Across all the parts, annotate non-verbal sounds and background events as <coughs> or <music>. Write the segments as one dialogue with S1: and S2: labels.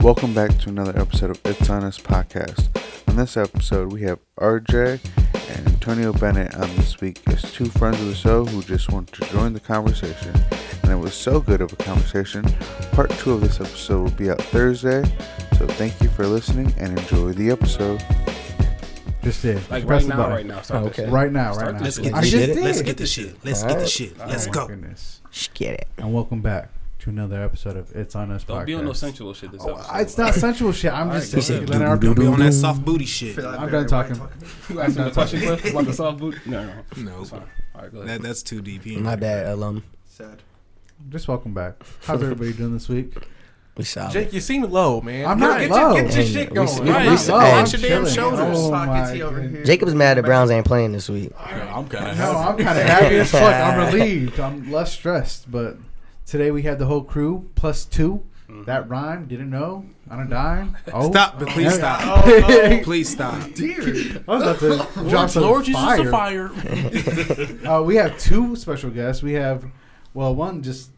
S1: Welcome back to another episode of It's Honest Podcast. On this episode, we have RJ and Antonio Bennett on this week as two friends of the show who just want to join the conversation. And it was so good of a conversation. Part two of this episode will be out Thursday. So thank you for listening and enjoy the episode.
S2: Just did.
S3: Like
S2: Press
S3: right
S2: the
S3: now,
S2: button. Oh,
S3: right now. Start
S4: Okay.
S3: this.
S2: Right now,
S3: Start
S2: right now.
S3: this
S5: Let's
S3: shit.
S5: get
S2: I
S5: this
S2: just
S5: shit.
S2: did.
S5: Let's get this shit. Let's get this shit. Let's
S2: Oh my
S5: go.
S2: goodness.
S5: Get it.
S2: And welcome back to another episode of It's On Us
S3: Don't
S2: Podcast.
S3: be on no sensual shit this
S2: Oh,
S3: episode.
S2: it's not sensual shit. I'm just
S3: He
S5: He
S3: said,
S2: saying.
S5: said,
S2: Let our
S5: "Don't be
S3: <laughs>
S5: on that soft booty shit."
S2: I'm done talking.
S3: Ask him the question Cliff, about the soft boot. No, no, no.
S5: <laughs> No,
S3: It's fine. All right, go ahead.
S5: that, that's too deep. You
S4: My
S5: know.
S4: bad, alum.
S6: Sad.
S2: Just welcome back. How's everybody doing this week?
S4: We solid.
S7: Jake, you seem low, man.
S2: I'm
S7: Yo,
S2: not
S7: get
S2: low.
S7: Your, get your
S4: Hey,
S7: shit
S4: we-
S7: going.
S4: we-
S7: Right.
S4: we
S7: I'm
S4: solid.
S7: low.
S4: I'm
S7: Watch your damn
S4: chilling.
S7: shoulders.
S2: Oh my
S6: Sockety over
S2: goodness.
S6: here.
S4: Jacob's mad the Browns ain't playing this week.
S5: I'm kind of
S2: No, I'm kind of happy as fuck. I'm relieved. I'm less stressed. But today we had the whole crew plus two.
S3: Mm-hmm.
S2: That rhyme didn't know on a dime. Oh,
S5: Stop, but please
S2: Yeah.
S4: Oh,
S5: stop. Please stop.
S2: I was about <laughs> to drop some
S7: Lord Jesus
S2: fire.
S7: of fire.
S2: Uh, we have two special guests. We have, well, one just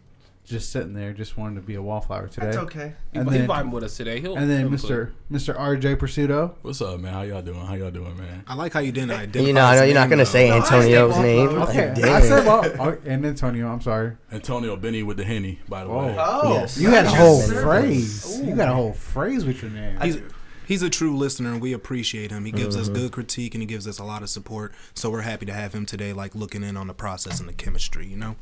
S2: just sitting there, just wanted to be a wallflower today.
S6: That's okay.
S3: He,
S2: and
S3: he
S2: then-
S3: vibing with us today. He'll,
S2: And then
S3: he'll
S2: Mr. Mr. RJ Pursuto.
S8: <laughs> What's up, man? How y'all doing? How y'all doing, man?
S5: I like how you didn't identify.
S4: You know, I know you're not gonna say
S6: I
S4: Antonio's
S6: said
S4: name.
S6: Buffalo.
S4: Like,
S2: Okay, I
S4: damn.
S2: said well, oh, and Antonio. I'm sorry.
S8: Antonio Benny with the henny, by the way.
S6: Oh,
S4: Yes.
S2: You had a
S4: Yes.
S2: whole
S4: Yes.
S2: phrase. You got a whole phrase with your name.
S5: He's, he's a true listener, and we appreciate him. He gives
S4: Mm-hmm.
S5: us good critique, and he gives us a lot of support. So we're happy to have him today, like looking in on the process and the chemistry. You know,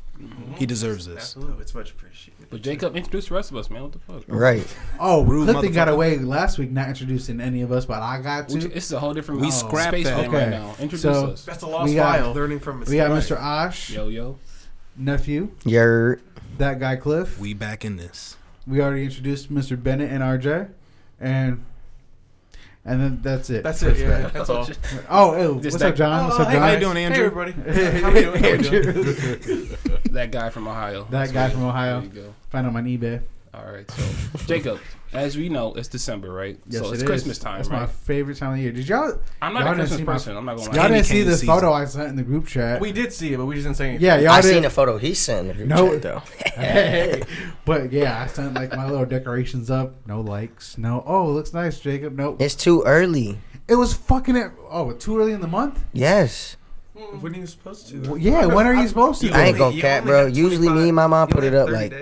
S5: he deserves this.
S7: Oh,
S6: Absolutely, it's much appreciated.
S3: But Jacob introduced the rest of us, man. What the fuck?
S4: Right.
S2: Oh,
S5: Rude
S2: Clifton got
S5: motherfucker.
S2: away last week, not introducing any of us, but I got
S3: We,
S2: to.
S3: this is a whole different
S5: We
S3: uh,
S5: scrapped
S3: space
S5: that.
S3: for him
S2: Okay.
S3: right now. Introduce
S2: So-
S3: us.
S6: That's a lost
S2: We got-
S6: file. Learning from mistakes.
S2: We got Mr. Osh,
S3: Yo, yo.
S2: nephew,
S4: You're
S2: that guy Cliff.
S5: We back in this.
S2: We already introduced Mr. Bennett and RJ, and and then that's it.
S6: That's it. Yeah, that's all.
S2: Oh, ew, what's
S3: Just
S2: up,
S3: that-
S2: John?
S6: Oh,
S2: What's up,
S6: hey,
S2: John?
S5: How
S2: <laughs>
S5: you doing,
S6: Hey
S5: Andrew?
S6: everybody.
S2: Hey,
S6: How we doing? How we doing?
S2: Andrew.
S3: That guy from Ohio.
S2: That guy from
S3: There
S2: Ohio.
S3: you go.
S2: Find him on eBay.
S3: All right. So, Jacob, as we know, it's December, right?
S2: Yes,
S3: so
S2: it
S3: it's
S2: is.
S3: Christmas time,
S2: That's my
S3: right?
S2: favorite time of year. Did y'all?
S3: I'm not
S2: Y'all
S3: a
S2: didn't
S3: Christmas
S2: see my-
S3: person. I'm not
S2: <laughs>
S3: going to
S2: Y'all
S3: lie.
S5: Candy
S2: didn't see
S5: cane
S2: the
S5: season.
S2: photo I sent in the group <laughs> chat.
S7: We did see it, but we just didn't say anything.
S2: yeah, y'all
S4: I
S2: did.
S4: seen a photo he sent in the group
S2: No.
S4: chat though.
S2: <laughs> but yeah, I sent like my little decorations up. No likes. No. Oh, looks nice, Jacob. Nope.
S4: It's too early.
S2: It was fucking at oh too early in the month.
S4: Yes.
S6: When are you supposed to?
S2: Well, yeah. When are you supposed to?
S4: I ain't gonna cap, bro. Usually me and my mom put it up, like,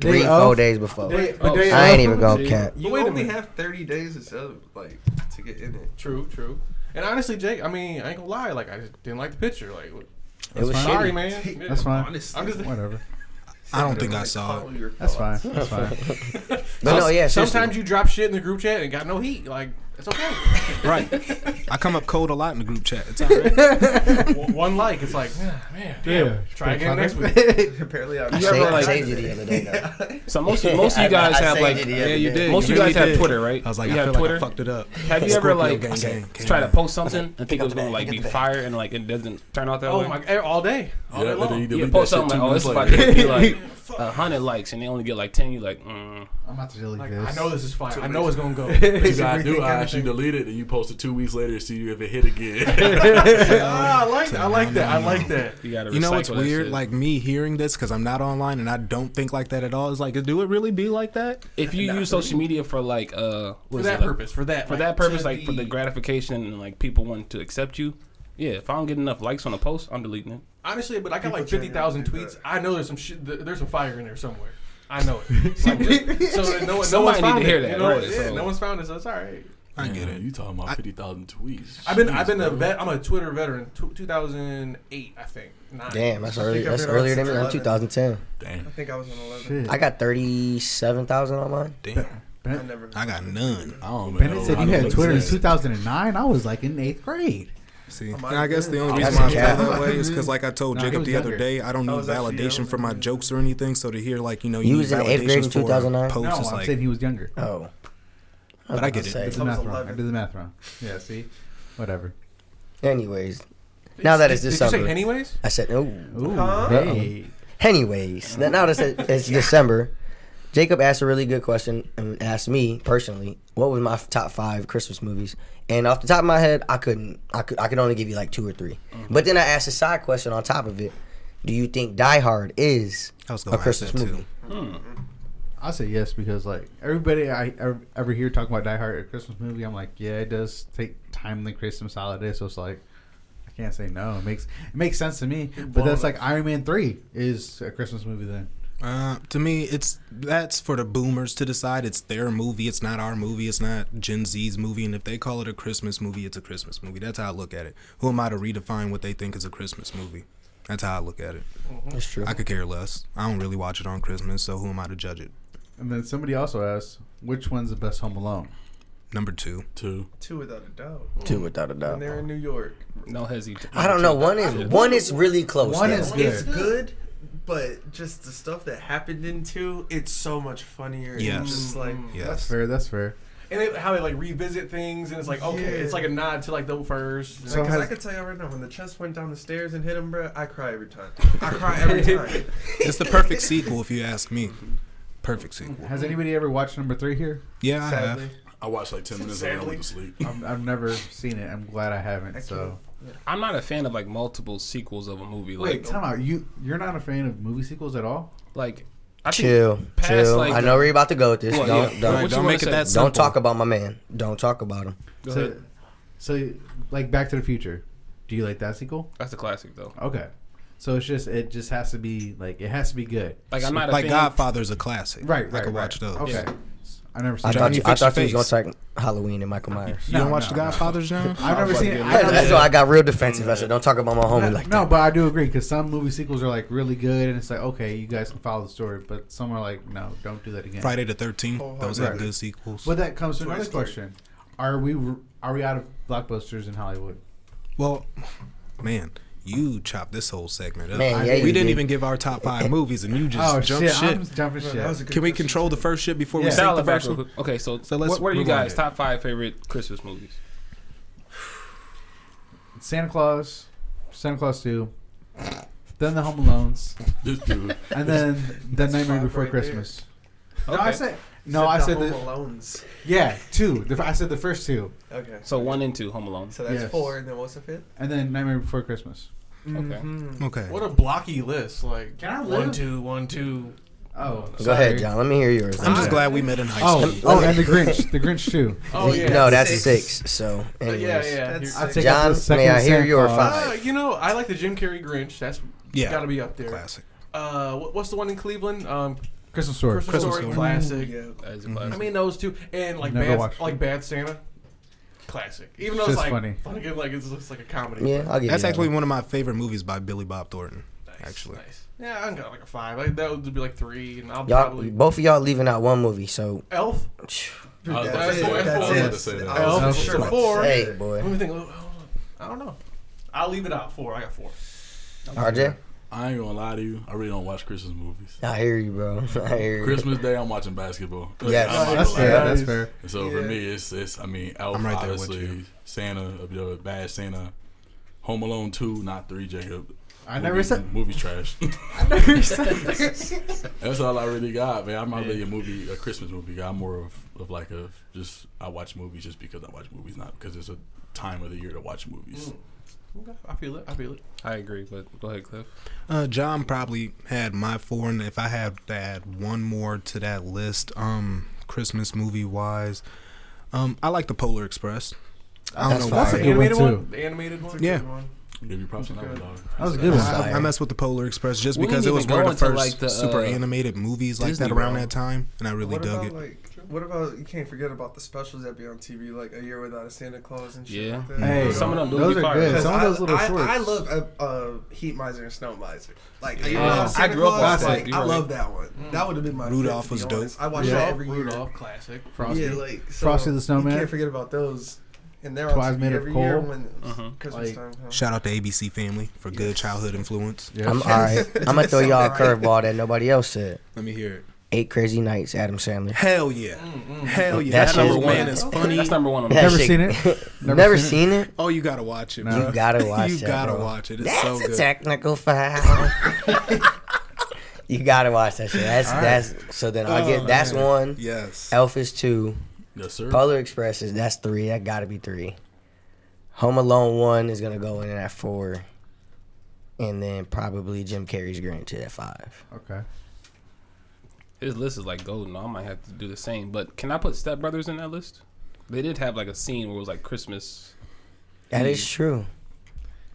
S4: Three,
S2: of?
S4: four days before.
S2: They-
S3: Oh,
S2: they-
S4: I ain't even gonna
S3: Gee.
S4: cap.
S6: You
S7: Wait a
S6: only
S7: minute.
S6: have 30 days or so, like, to get in it.
S7: True, true. And honestly, Jake, I mean, I ain't gonna lie. Like, I just didn't like the picture. Like,
S4: It was
S2: fine.
S7: sorry,
S4: shitty.
S7: man.
S2: That's fine.
S6: Honestly.
S7: I'm just-
S2: Whatever.
S5: I don't think I saw it.
S6: <laughs>
S2: That's fine. That's fine.
S4: But no, yeah. seriously.
S7: Sometimes you drop shit in the group chat and got no heat. Like, it's okay.
S5: Right. I come up cold a lot in the group
S3: <laughs>
S5: chat. It's all right.
S7: W- One like, it's like, ah, man, damn.
S2: Yeah.
S7: Try again next week.
S4: <laughs>
S6: Apparently,
S4: I
S6: I'm
S4: saved, I
S3: like-
S4: saved you the other day. Though.
S3: So most most of
S4: I-
S3: you guys
S4: I
S3: have
S4: saved
S3: like
S4: it the other day.
S3: Most of you
S5: really
S3: guys have
S5: did.
S3: Twitter, right?
S5: I was like,
S3: you
S5: I
S3: have
S5: feel
S3: Twitter.
S5: like I fucked it up.
S3: Have you ever
S5: Scorpio
S3: like
S5: gang, gang,
S3: try to
S5: gang.
S3: post something and think it was gonna like be
S4: Think of that.
S3: fire and like it doesn't turn out that
S7: Oh
S3: way?
S7: my, eh, all day, all day
S8: Yeah,
S7: long.
S8: then you
S3: Yeah,
S8: delete that
S3: post
S8: shit
S3: something
S8: two
S3: like, oh,
S8: minutes
S3: this is about
S8: <laughs> later.
S3: to be like <laughs> a hundred likes and they only get like ten. You like, mm.
S2: I'm about to delete
S7: Like,
S2: this.
S7: I know this is fire. I know it's gonna
S8: <laughs>
S7: go.
S8: What you gotta
S7: Everything,
S8: do is you
S7: everything.
S8: delete it and you post it two weeks later to see if it hit again.
S7: ah, I like, I like that. I like that.
S3: you gotta.
S5: You know
S3: recycle
S5: what's
S3: that
S5: weird?
S3: shit.
S5: Like me hearing this because I'm not online and I don't think like that at all. It's like, do it really be like that?
S3: if you use social media for like uh what
S7: For
S3: is
S7: that
S3: it, like,
S7: purpose, for that,
S3: for that purpose, like for the gratification and like people want to accept you. Yeah, if I don't get enough likes on a post, I'm deleting it.
S7: Honestly, but I got like
S6: People
S7: fifty thousand
S6: generally do
S7: tweets. I know there's some shit. th- There's some fire in there somewhere. I know it. Like, <laughs> so that no, one- no one's
S3: Somebody need to
S7: found
S3: hear
S7: it.
S3: that,
S7: You know,
S3: right,
S7: yeah,
S3: so-
S7: no one's found it, so it's all right.
S5: I get it.
S8: Man, you talking about fifty thousand tweets?
S7: I've been, I've
S8: Jeez,
S7: been a
S8: bro.
S7: vet. I'm a Twitter veteran. Tw 2008, I think. Nine.
S4: Damn, that's
S6: I think
S4: early.
S6: I've
S4: That's
S6: been around
S4: earlier than
S6: since
S4: me. I'm
S6: 11.
S4: 2010.
S8: Damn.
S6: I think I was on 11.
S2: Shit.
S4: I got 37,000 on mine.
S5: Damn,
S6: I never.
S5: I got none.
S8: I don't
S2: Bennett
S8: know.
S2: said
S8: I
S2: you
S8: don't
S2: had
S8: know
S2: Twitter in
S8: what to say.
S2: 2009. I was like in eighth grade.
S5: See, and I guess the only reason
S4: That's
S5: why I feel
S4: cap.
S5: that way is because, like I told
S2: No, he
S5: Jacob
S2: was
S5: the other
S2: younger.
S5: day, I don't
S6: I
S5: need
S6: was actually
S5: validation
S6: younger
S5: for
S6: than
S5: my
S6: you.
S5: jokes or anything. So to hear like you know,
S4: You
S5: you
S4: was
S5: need
S4: in eighth
S5: validation
S4: grade in
S5: for a
S4: 2009?
S5: Post
S2: No,
S5: is
S2: I'm
S5: like,
S2: saying he was younger.
S4: Oh.
S5: But I get it.
S2: I did the
S6: I was
S2: math wrong. I
S6: 11.
S2: did the math wrong. Yeah, see? Whatever.
S4: Anyways, now that it's
S7: Did you
S4: December.
S7: say anyways?
S4: I said, ooh.
S2: Ooh,
S6: Huh?
S2: hey.
S4: Anyways, now now that it's, it's December, Jacob asked a really good question and asked me personally, what was my top five Christmas movies? And off the top of my head, I couldn't. I could. I could only give you like two or 3 But then I asked a side question on top of it. Do you think Die Hard is
S5: Oh, I was
S4: a
S5: going to ask
S4: Christmas
S5: that too.
S4: movie?
S2: I say yes because like everybody I ever, ever hear talking about Die Hard or Christmas movie, I'm like, yeah, it does take timely Christmas holiday, so it's like I can't say no. It makes it makes sense to me, but that's like Iron Man three is a Christmas movie then.
S5: Uh, to me, it's that's for the boomers to decide. It's their movie. It's not our movie. It's not Gen Z's movie. And if they call it a Christmas movie, it's a Christmas movie. That's how I look at it. Who am I to redefine what they think is a Christmas movie? That's how I look at it.
S4: That's true.
S5: I could care less. I don't really watch it on Christmas, so who am I to judge it?
S2: And then somebody also asked, which one's the best Home Alone?
S5: Number two,
S8: Two.
S6: Two without a doubt.
S4: Two without a
S6: And they're in New York.
S3: No hesitation.
S4: I don't know. One is one is really close.
S2: One
S4: though.
S2: is-
S6: It's
S2: good.
S6: good, but just the stuff that happened in two, it's so much funnier.
S5: Yes.
S6: And just like
S5: yes.
S2: Fair, that's fair.
S7: And they, how they like revisit things, and it's like okay,
S6: Yeah.
S7: it's like a nod to like the first.
S2: So
S6: Because I
S2: has,
S6: can tell you right now, when the chest went down the stairs and hit him, bro, I cry every <laughs> time. I cry every time.
S5: it's the perfect sequel, if you ask me. Perfect sequel.
S2: has anybody ever watched number three here?
S5: Yeah, I have.
S6: Sadly,
S8: I watched like ten minutes of it. I went to sleep.
S2: I've, I've never seen it. I'm glad I haven't. So
S3: I'm not a fan of like multiple sequels of a movie. Like,
S2: wait, time out. You you're not a fan of movie sequels at all?
S3: like I think
S4: Chill,
S3: past,
S4: chill.
S3: like,
S4: I know where you're about to go with this.
S3: Well,
S4: don't
S3: yeah.
S4: don't,
S3: Right,
S5: Don't
S3: you wanna
S5: make it
S3: say?
S5: that simple.
S4: don't talk about my man. Don't talk about him.
S3: Go
S2: So,
S3: ahead.
S2: so like Back to the Future. Do you like that sequel?
S3: That's a classic though.
S2: Okay. So it's just it just has to be like it has to be good.
S3: Like I'm not
S5: Like
S3: a fan.
S5: Godfather's a classic.
S2: Right, right.
S5: I could watch
S2: right.
S5: those.
S2: Okay. I never seen
S4: I
S2: it.
S5: Johnny,
S4: thought you, I
S5: fix your
S4: thought you was
S5: face.
S4: gonna talk Halloween and Michael Myers.
S5: You
S2: No,
S5: don't watch
S2: no,
S5: the
S2: no.
S5: Godfather's now?
S2: I've never seen it. <laughs> I
S4: That's, that's
S2: never-
S4: why I got real defensive. I said, "Don't talk about my homie like
S2: no,
S4: that."
S2: but I do agree because some movie sequels are like really good, and it's like okay, you guys can follow the story, but some are like no, don't do that again.
S5: Friday the 13th. Those are
S2: Right.
S5: good sequels.
S2: But that comes to
S6: Toy
S2: another
S6: Story.
S2: question: Are we are we out of blockbusters in Hollywood?
S5: Well, man, you chopped this whole segment up.
S4: Man, yeah,
S5: we
S4: you
S5: didn't
S4: did.
S5: even give our top five movies, and you just
S2: oh
S5: jumped
S2: shit,
S5: shit.
S2: I'm jumping shit.
S6: that was a good
S5: Can we
S6: question.
S5: control the first shit before
S2: Yeah.
S5: we
S3: Dial
S5: say
S3: it
S5: the
S3: back
S5: first
S3: real
S5: one?
S3: quick. Okay, so
S5: So
S3: so let's.
S5: let's
S3: What, what are you
S5: rewind
S3: guys'
S5: it.
S3: top five favorite Christmas movies?
S2: Santa Claus, Santa Claus Two, then the Home Alones,
S8: This dude.
S2: and
S4: <laughs>
S2: then the Nightmare
S6: five
S2: Before
S6: right there.
S2: Christmas. No, I
S3: Okay.
S2: said no.
S6: Except
S2: I
S6: the
S2: said the,
S6: Home Alones.
S2: yeah two. The, I said the first two,
S6: Okay.
S3: So one and two, Home Alone.
S6: So that's
S2: Yes.
S6: four, and then what's the fifth?
S2: and then Nightmare Before Christmas.
S6: Mhm.
S5: Okay.
S7: What a blocky list! Like
S2: Can I
S7: one,
S2: live?
S7: two, one, two.
S2: Oh,
S4: Go ahead, John. Let me hear yours.
S5: I'm just glad we met in high
S2: Oh,
S5: school.
S2: oh, and the Grinch, the Grinch too.
S7: Oh yeah.
S4: no, that's
S6: Six.
S4: six. So,
S7: Uh,
S4: anyways,
S7: yeah, yeah.
S6: That's-
S7: Here-
S2: I take out
S4: John,
S2: the second
S4: may I hear
S2: Santa
S4: your
S2: Claus.
S4: five?
S7: Uh, you know, I like the Jim Carrey Grinch. That's
S5: Yeah.
S7: got to be up there.
S5: Classic.
S7: Uh, what, what's the one in Cleveland? Um,
S2: Christmas story.
S7: Christmas,
S5: Christmas
S7: Story,
S5: Story.
S7: classic.
S6: Yeah.
S3: That is a classic.
S7: I mean those two, and like
S2: Never
S7: bad,
S2: watched
S7: like
S2: it.
S7: Bad Santa, classic. Even though
S2: It's
S7: it's,
S2: just
S7: like
S2: funny.
S7: funny, again, like it's, it's like a comedy.
S4: yeah, I'll give
S5: That's
S4: you that
S5: actually
S4: one.
S5: one of my favorite movies by Billy Bob Thornton.
S7: Nice,
S5: Actually.
S7: nice. yeah, I can go like a five. Like, that would be like three, and I'll
S4: y'all.
S7: probably
S4: Both of y'all leaving out one movie. So,
S7: Elf.
S8: I was
S7: Uh, That's
S8: about to
S7: it,
S8: say that.
S7: that's
S8: I was about
S7: it.
S8: to say that.
S6: I was
S7: Elf
S2: Elf
S7: for
S2: is
S7: sure.
S2: like
S7: Four.
S4: hey,
S7: Let
S4: boy,
S7: me think. oh, oh, I don't know. I'll leave it out. Four. I got four.
S4: RJ,
S8: I ain't gonna lie to you. I really don't watch Christmas movies.
S4: I hear you, bro. <laughs> I hear you.
S8: Christmas Day, I'm watching basketball. Like,
S4: Yes.
S8: I'm not
S2: That's
S8: gonna
S2: fair.
S8: lie.
S2: That's fair.
S8: So for
S6: Yeah.
S8: me, it's it's. I mean, Elf,
S5: I'm right there with
S8: obviously,
S5: you.
S8: Santa, uh, the Bad Santa, Home Alone two, not three, Jacob.
S2: I never
S8: Movie-
S2: said.
S8: movie trash.
S2: <laughs> I
S8: <laughs>
S2: never said.
S8: That's all I really got, man. I'm not really a movie, a Christmas movie guy. I'm more of, of like a just. I watch movies just because I watch movies, not because it's a time of the year to watch movies.
S7: Okay, I feel it. I feel it.
S3: I agree, but go ahead, Cliff.
S5: Uh, John probably had my four, and if I had to add one more to that list, um, Christmas movie wise, um, I like the Polar Express. I don't
S4: That's
S5: know why.
S4: fire.
S7: The
S4: Good
S7: animated
S2: one,
S7: one.
S2: too.
S7: The animated one.
S5: Yeah.
S8: I'll give you props on that one, dog.
S2: Mm. That was a good one.
S5: I, I mess with the Polar Express just
S3: We
S5: because it
S3: didn't
S5: was
S3: even
S5: one of
S3: go
S5: the
S3: into,
S5: first
S3: like, the,
S5: super
S3: uh,
S5: animated movies like
S3: Disney
S5: that around
S3: World.
S5: that time, and I really
S6: What
S5: dug
S6: about
S5: it.
S6: like? What about you can't forget about the specials that be on TV, like A Year Without a Santa Claus and shit.
S3: Yeah.
S6: Like that.
S2: Hey,
S3: Some of them do
S2: those
S3: be
S2: are
S3: fire.
S2: good.
S6: Because
S2: Some of
S6: I-
S2: those little
S6: I,
S2: shorts.
S6: I love uh, uh, Heat Miser and Snow Miser. Like A Year
S7: Yeah.
S6: Without a Santa
S3: I grew up
S6: Claus,
S3: on that.
S6: like,
S3: You're
S6: I
S3: right.
S6: love that one. That would have been my
S5: Mm. Rudolph
S6: fifth, to be
S5: was dope.
S6: honest. I watch
S2: Yeah.
S6: that every year.
S7: Rudolph, classic.
S2: Frosty.
S6: Yeah, like so
S2: Frosty the Snowman.
S6: You can't forget about those. And they're
S2: Twice
S6: on
S2: Made of
S6: TV every year
S2: Coal.
S6: when it's
S5: Uh-huh.
S3: Mhm.
S6: Christmas
S2: Like-
S6: time comes.
S5: Shout out to ABC Family for good childhood influence.
S2: Yeah.
S4: I'm all right. I'm gonna throw y'all a
S6: Alright.
S4: curveball that nobody else said.
S5: Let me hear it.
S4: Eight Crazy Nights, Adam Sandler.
S5: Hell yeah,
S3: Mm,
S5: hell yeah.
S4: That
S5: That,
S4: shit is
S5: number one
S4: mad.
S5: is funny.
S3: That's number one on
S4: <laughs> That
S3: the
S2: Never
S4: shit-
S2: seen it.
S4: Never, seen, it.
S5: Oh, you gotta watch it.
S2: No.
S5: Bro. <laughs>
S4: You gotta watch
S5: You
S4: that,
S5: gotta
S4: bro.
S5: watch it. It's
S4: That's
S5: so
S4: a
S5: good.
S4: technical foul. <laughs> you gotta watch that shit. That's that's so then I get that's one.
S5: yes.
S4: Elf is two.
S8: Yes, sir.
S4: Polar Express is that's three. That gotta be three. Home Alone one is gonna go in at four. And then probably Jim Carrey's Grinch at five.
S2: Okay.
S3: This list is like golden. I might have to do the same. But can I put Step Brothers in that list? They did have like a scene where it was like Christmas.
S4: That is true.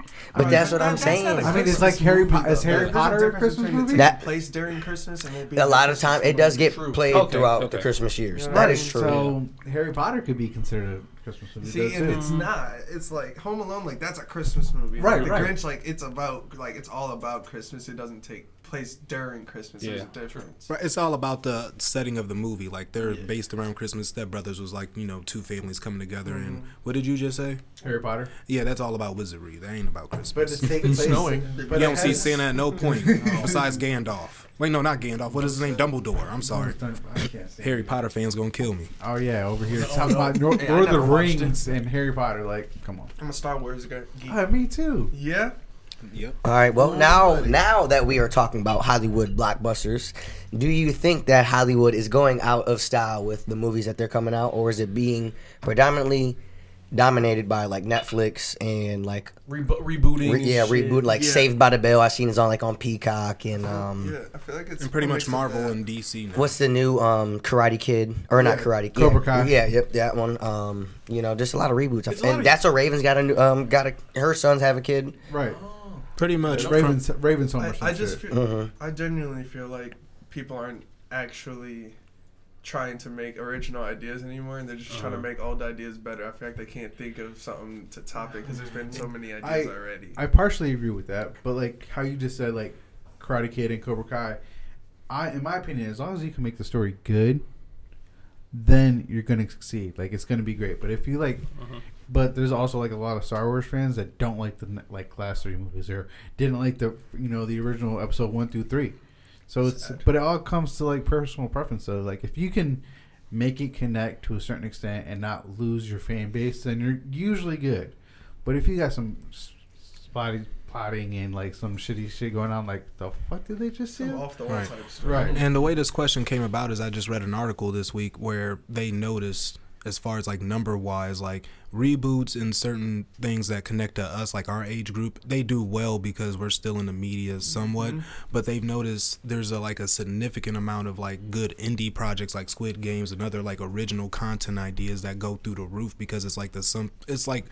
S6: I
S4: But
S6: mean,
S4: that's what
S6: that-
S4: I'm
S6: that's not a
S2: I
S4: saying.
S2: mean, it's
S6: Christmas
S2: like Harry
S6: movie,
S2: Po-
S6: though.
S2: is Harry
S6: There's a
S2: Potter a
S6: difference
S2: Christmas
S6: between it
S2: movie?
S6: taking
S4: That-
S6: place during Christmas and it being
S4: A lot
S6: a
S4: of time,
S6: Christmas
S4: it does
S6: movie.
S4: get
S7: True.
S4: played
S3: Okay,
S4: throughout
S3: okay.
S4: the Christmas years.
S6: Yeah.
S4: That is true.
S2: So Harry Potter could be considered a Christmas movie.
S6: See,
S2: though,
S6: and
S2: too.
S6: it's not. It's like Home Alone. Like that's a Christmas movie.
S2: Right,
S6: Like, the
S2: right.
S6: Grinch. Like it's about. Like it's all about Christmas. It doesn't take place during Christmas. There's a
S3: Yeah.
S6: difference.
S5: Right, it's all about the setting of the movie. Like they're based around Christmas. Step Brothers was like you know two families coming together, and
S3: Mm-hmm.
S5: what did you just say?
S2: Harry Potter.
S5: Yeah, that's all about wizardry. That ain't about
S2: But
S5: Christmas.
S2: it's taking place.
S7: snowing.
S2: But
S5: you
S2: it
S5: don't see
S2: has-
S5: Santa at no point besides Gandalf. Wait, no, not Gandalf. What is his name? Dumbledore. I'm sorry.
S2: I can't say.
S5: Harry Potter fans gonna kill me.
S2: Oh yeah, over here talking about Lord,
S6: Hey, I
S2: Lord of the
S6: never watched
S2: Rings and Harry Potter. Like, come on.
S6: I'm a Star Wars guy.
S2: Ah, me too.
S6: Yeah.
S5: Yep.
S4: All right. Well, now now that we are talking about Hollywood blockbusters, do you think that Hollywood is going out of style with the movies that they're coming out, or is it being predominantly dominated by like Netflix and like
S7: Rebo- rebooting.
S4: re-
S7: and
S4: yeah
S7: shit.
S4: reboot like
S6: yeah.
S4: Saved by the Bell? I seen it's on like on Peacock and um
S6: yeah. I feel like it's
S5: And pretty
S6: a
S5: much
S6: mix of
S5: Marvel
S6: that.
S5: and DC. Now.
S4: what's the new um Karate Kid or not
S6: Yeah,
S4: Karate Kid?
S2: Cobra Kai.
S4: Yeah, yep, that one. Um, you know, just a lot of reboots.
S7: It's a lot
S4: and
S7: of-
S4: that's what Raven's got a new um got a her sons have a kid.
S2: Right. Uh,
S5: pretty much from,
S2: Raven's Raven's home. or some
S6: Oh. I, I just
S2: shit.
S6: feel, I genuinely feel like people aren't actually trying to make original ideas anymore, and they're just trying to make old ideas better. I feel like they can't think of something to top it because there's been so many ideas
S2: I-
S6: already.
S2: I partially agree with that, but like how you just said, like Karate Kid and Cobra Kai. I, in my opinion, as long as you can make the story good, then you're gonna succeed. Like it's gonna be great. But if you like, but there's also like a lot of Star Wars fans that don't like the n- like class three movies or didn't like the you know the original episode one through three. So it's but it all comes to like personal preference. So like if you can make it connect to a certain extent and not lose your fan base, then you're usually good. But if you got some s- spotty plotting and like some shitty shit going on, like the fuck did they just say?
S6: Some off the wall
S5: Right.
S6: type stuff.
S2: Right.
S5: And the way this question came about is I just read an article this week where they noticed as far as like number wise like reboots and certain things that connect to us like our age group they do well because we're still in the media somewhat but they've noticed there's a like a significant amount of like good indie projects like squid games and other like original content ideas that go through the roof because it's like the some it's like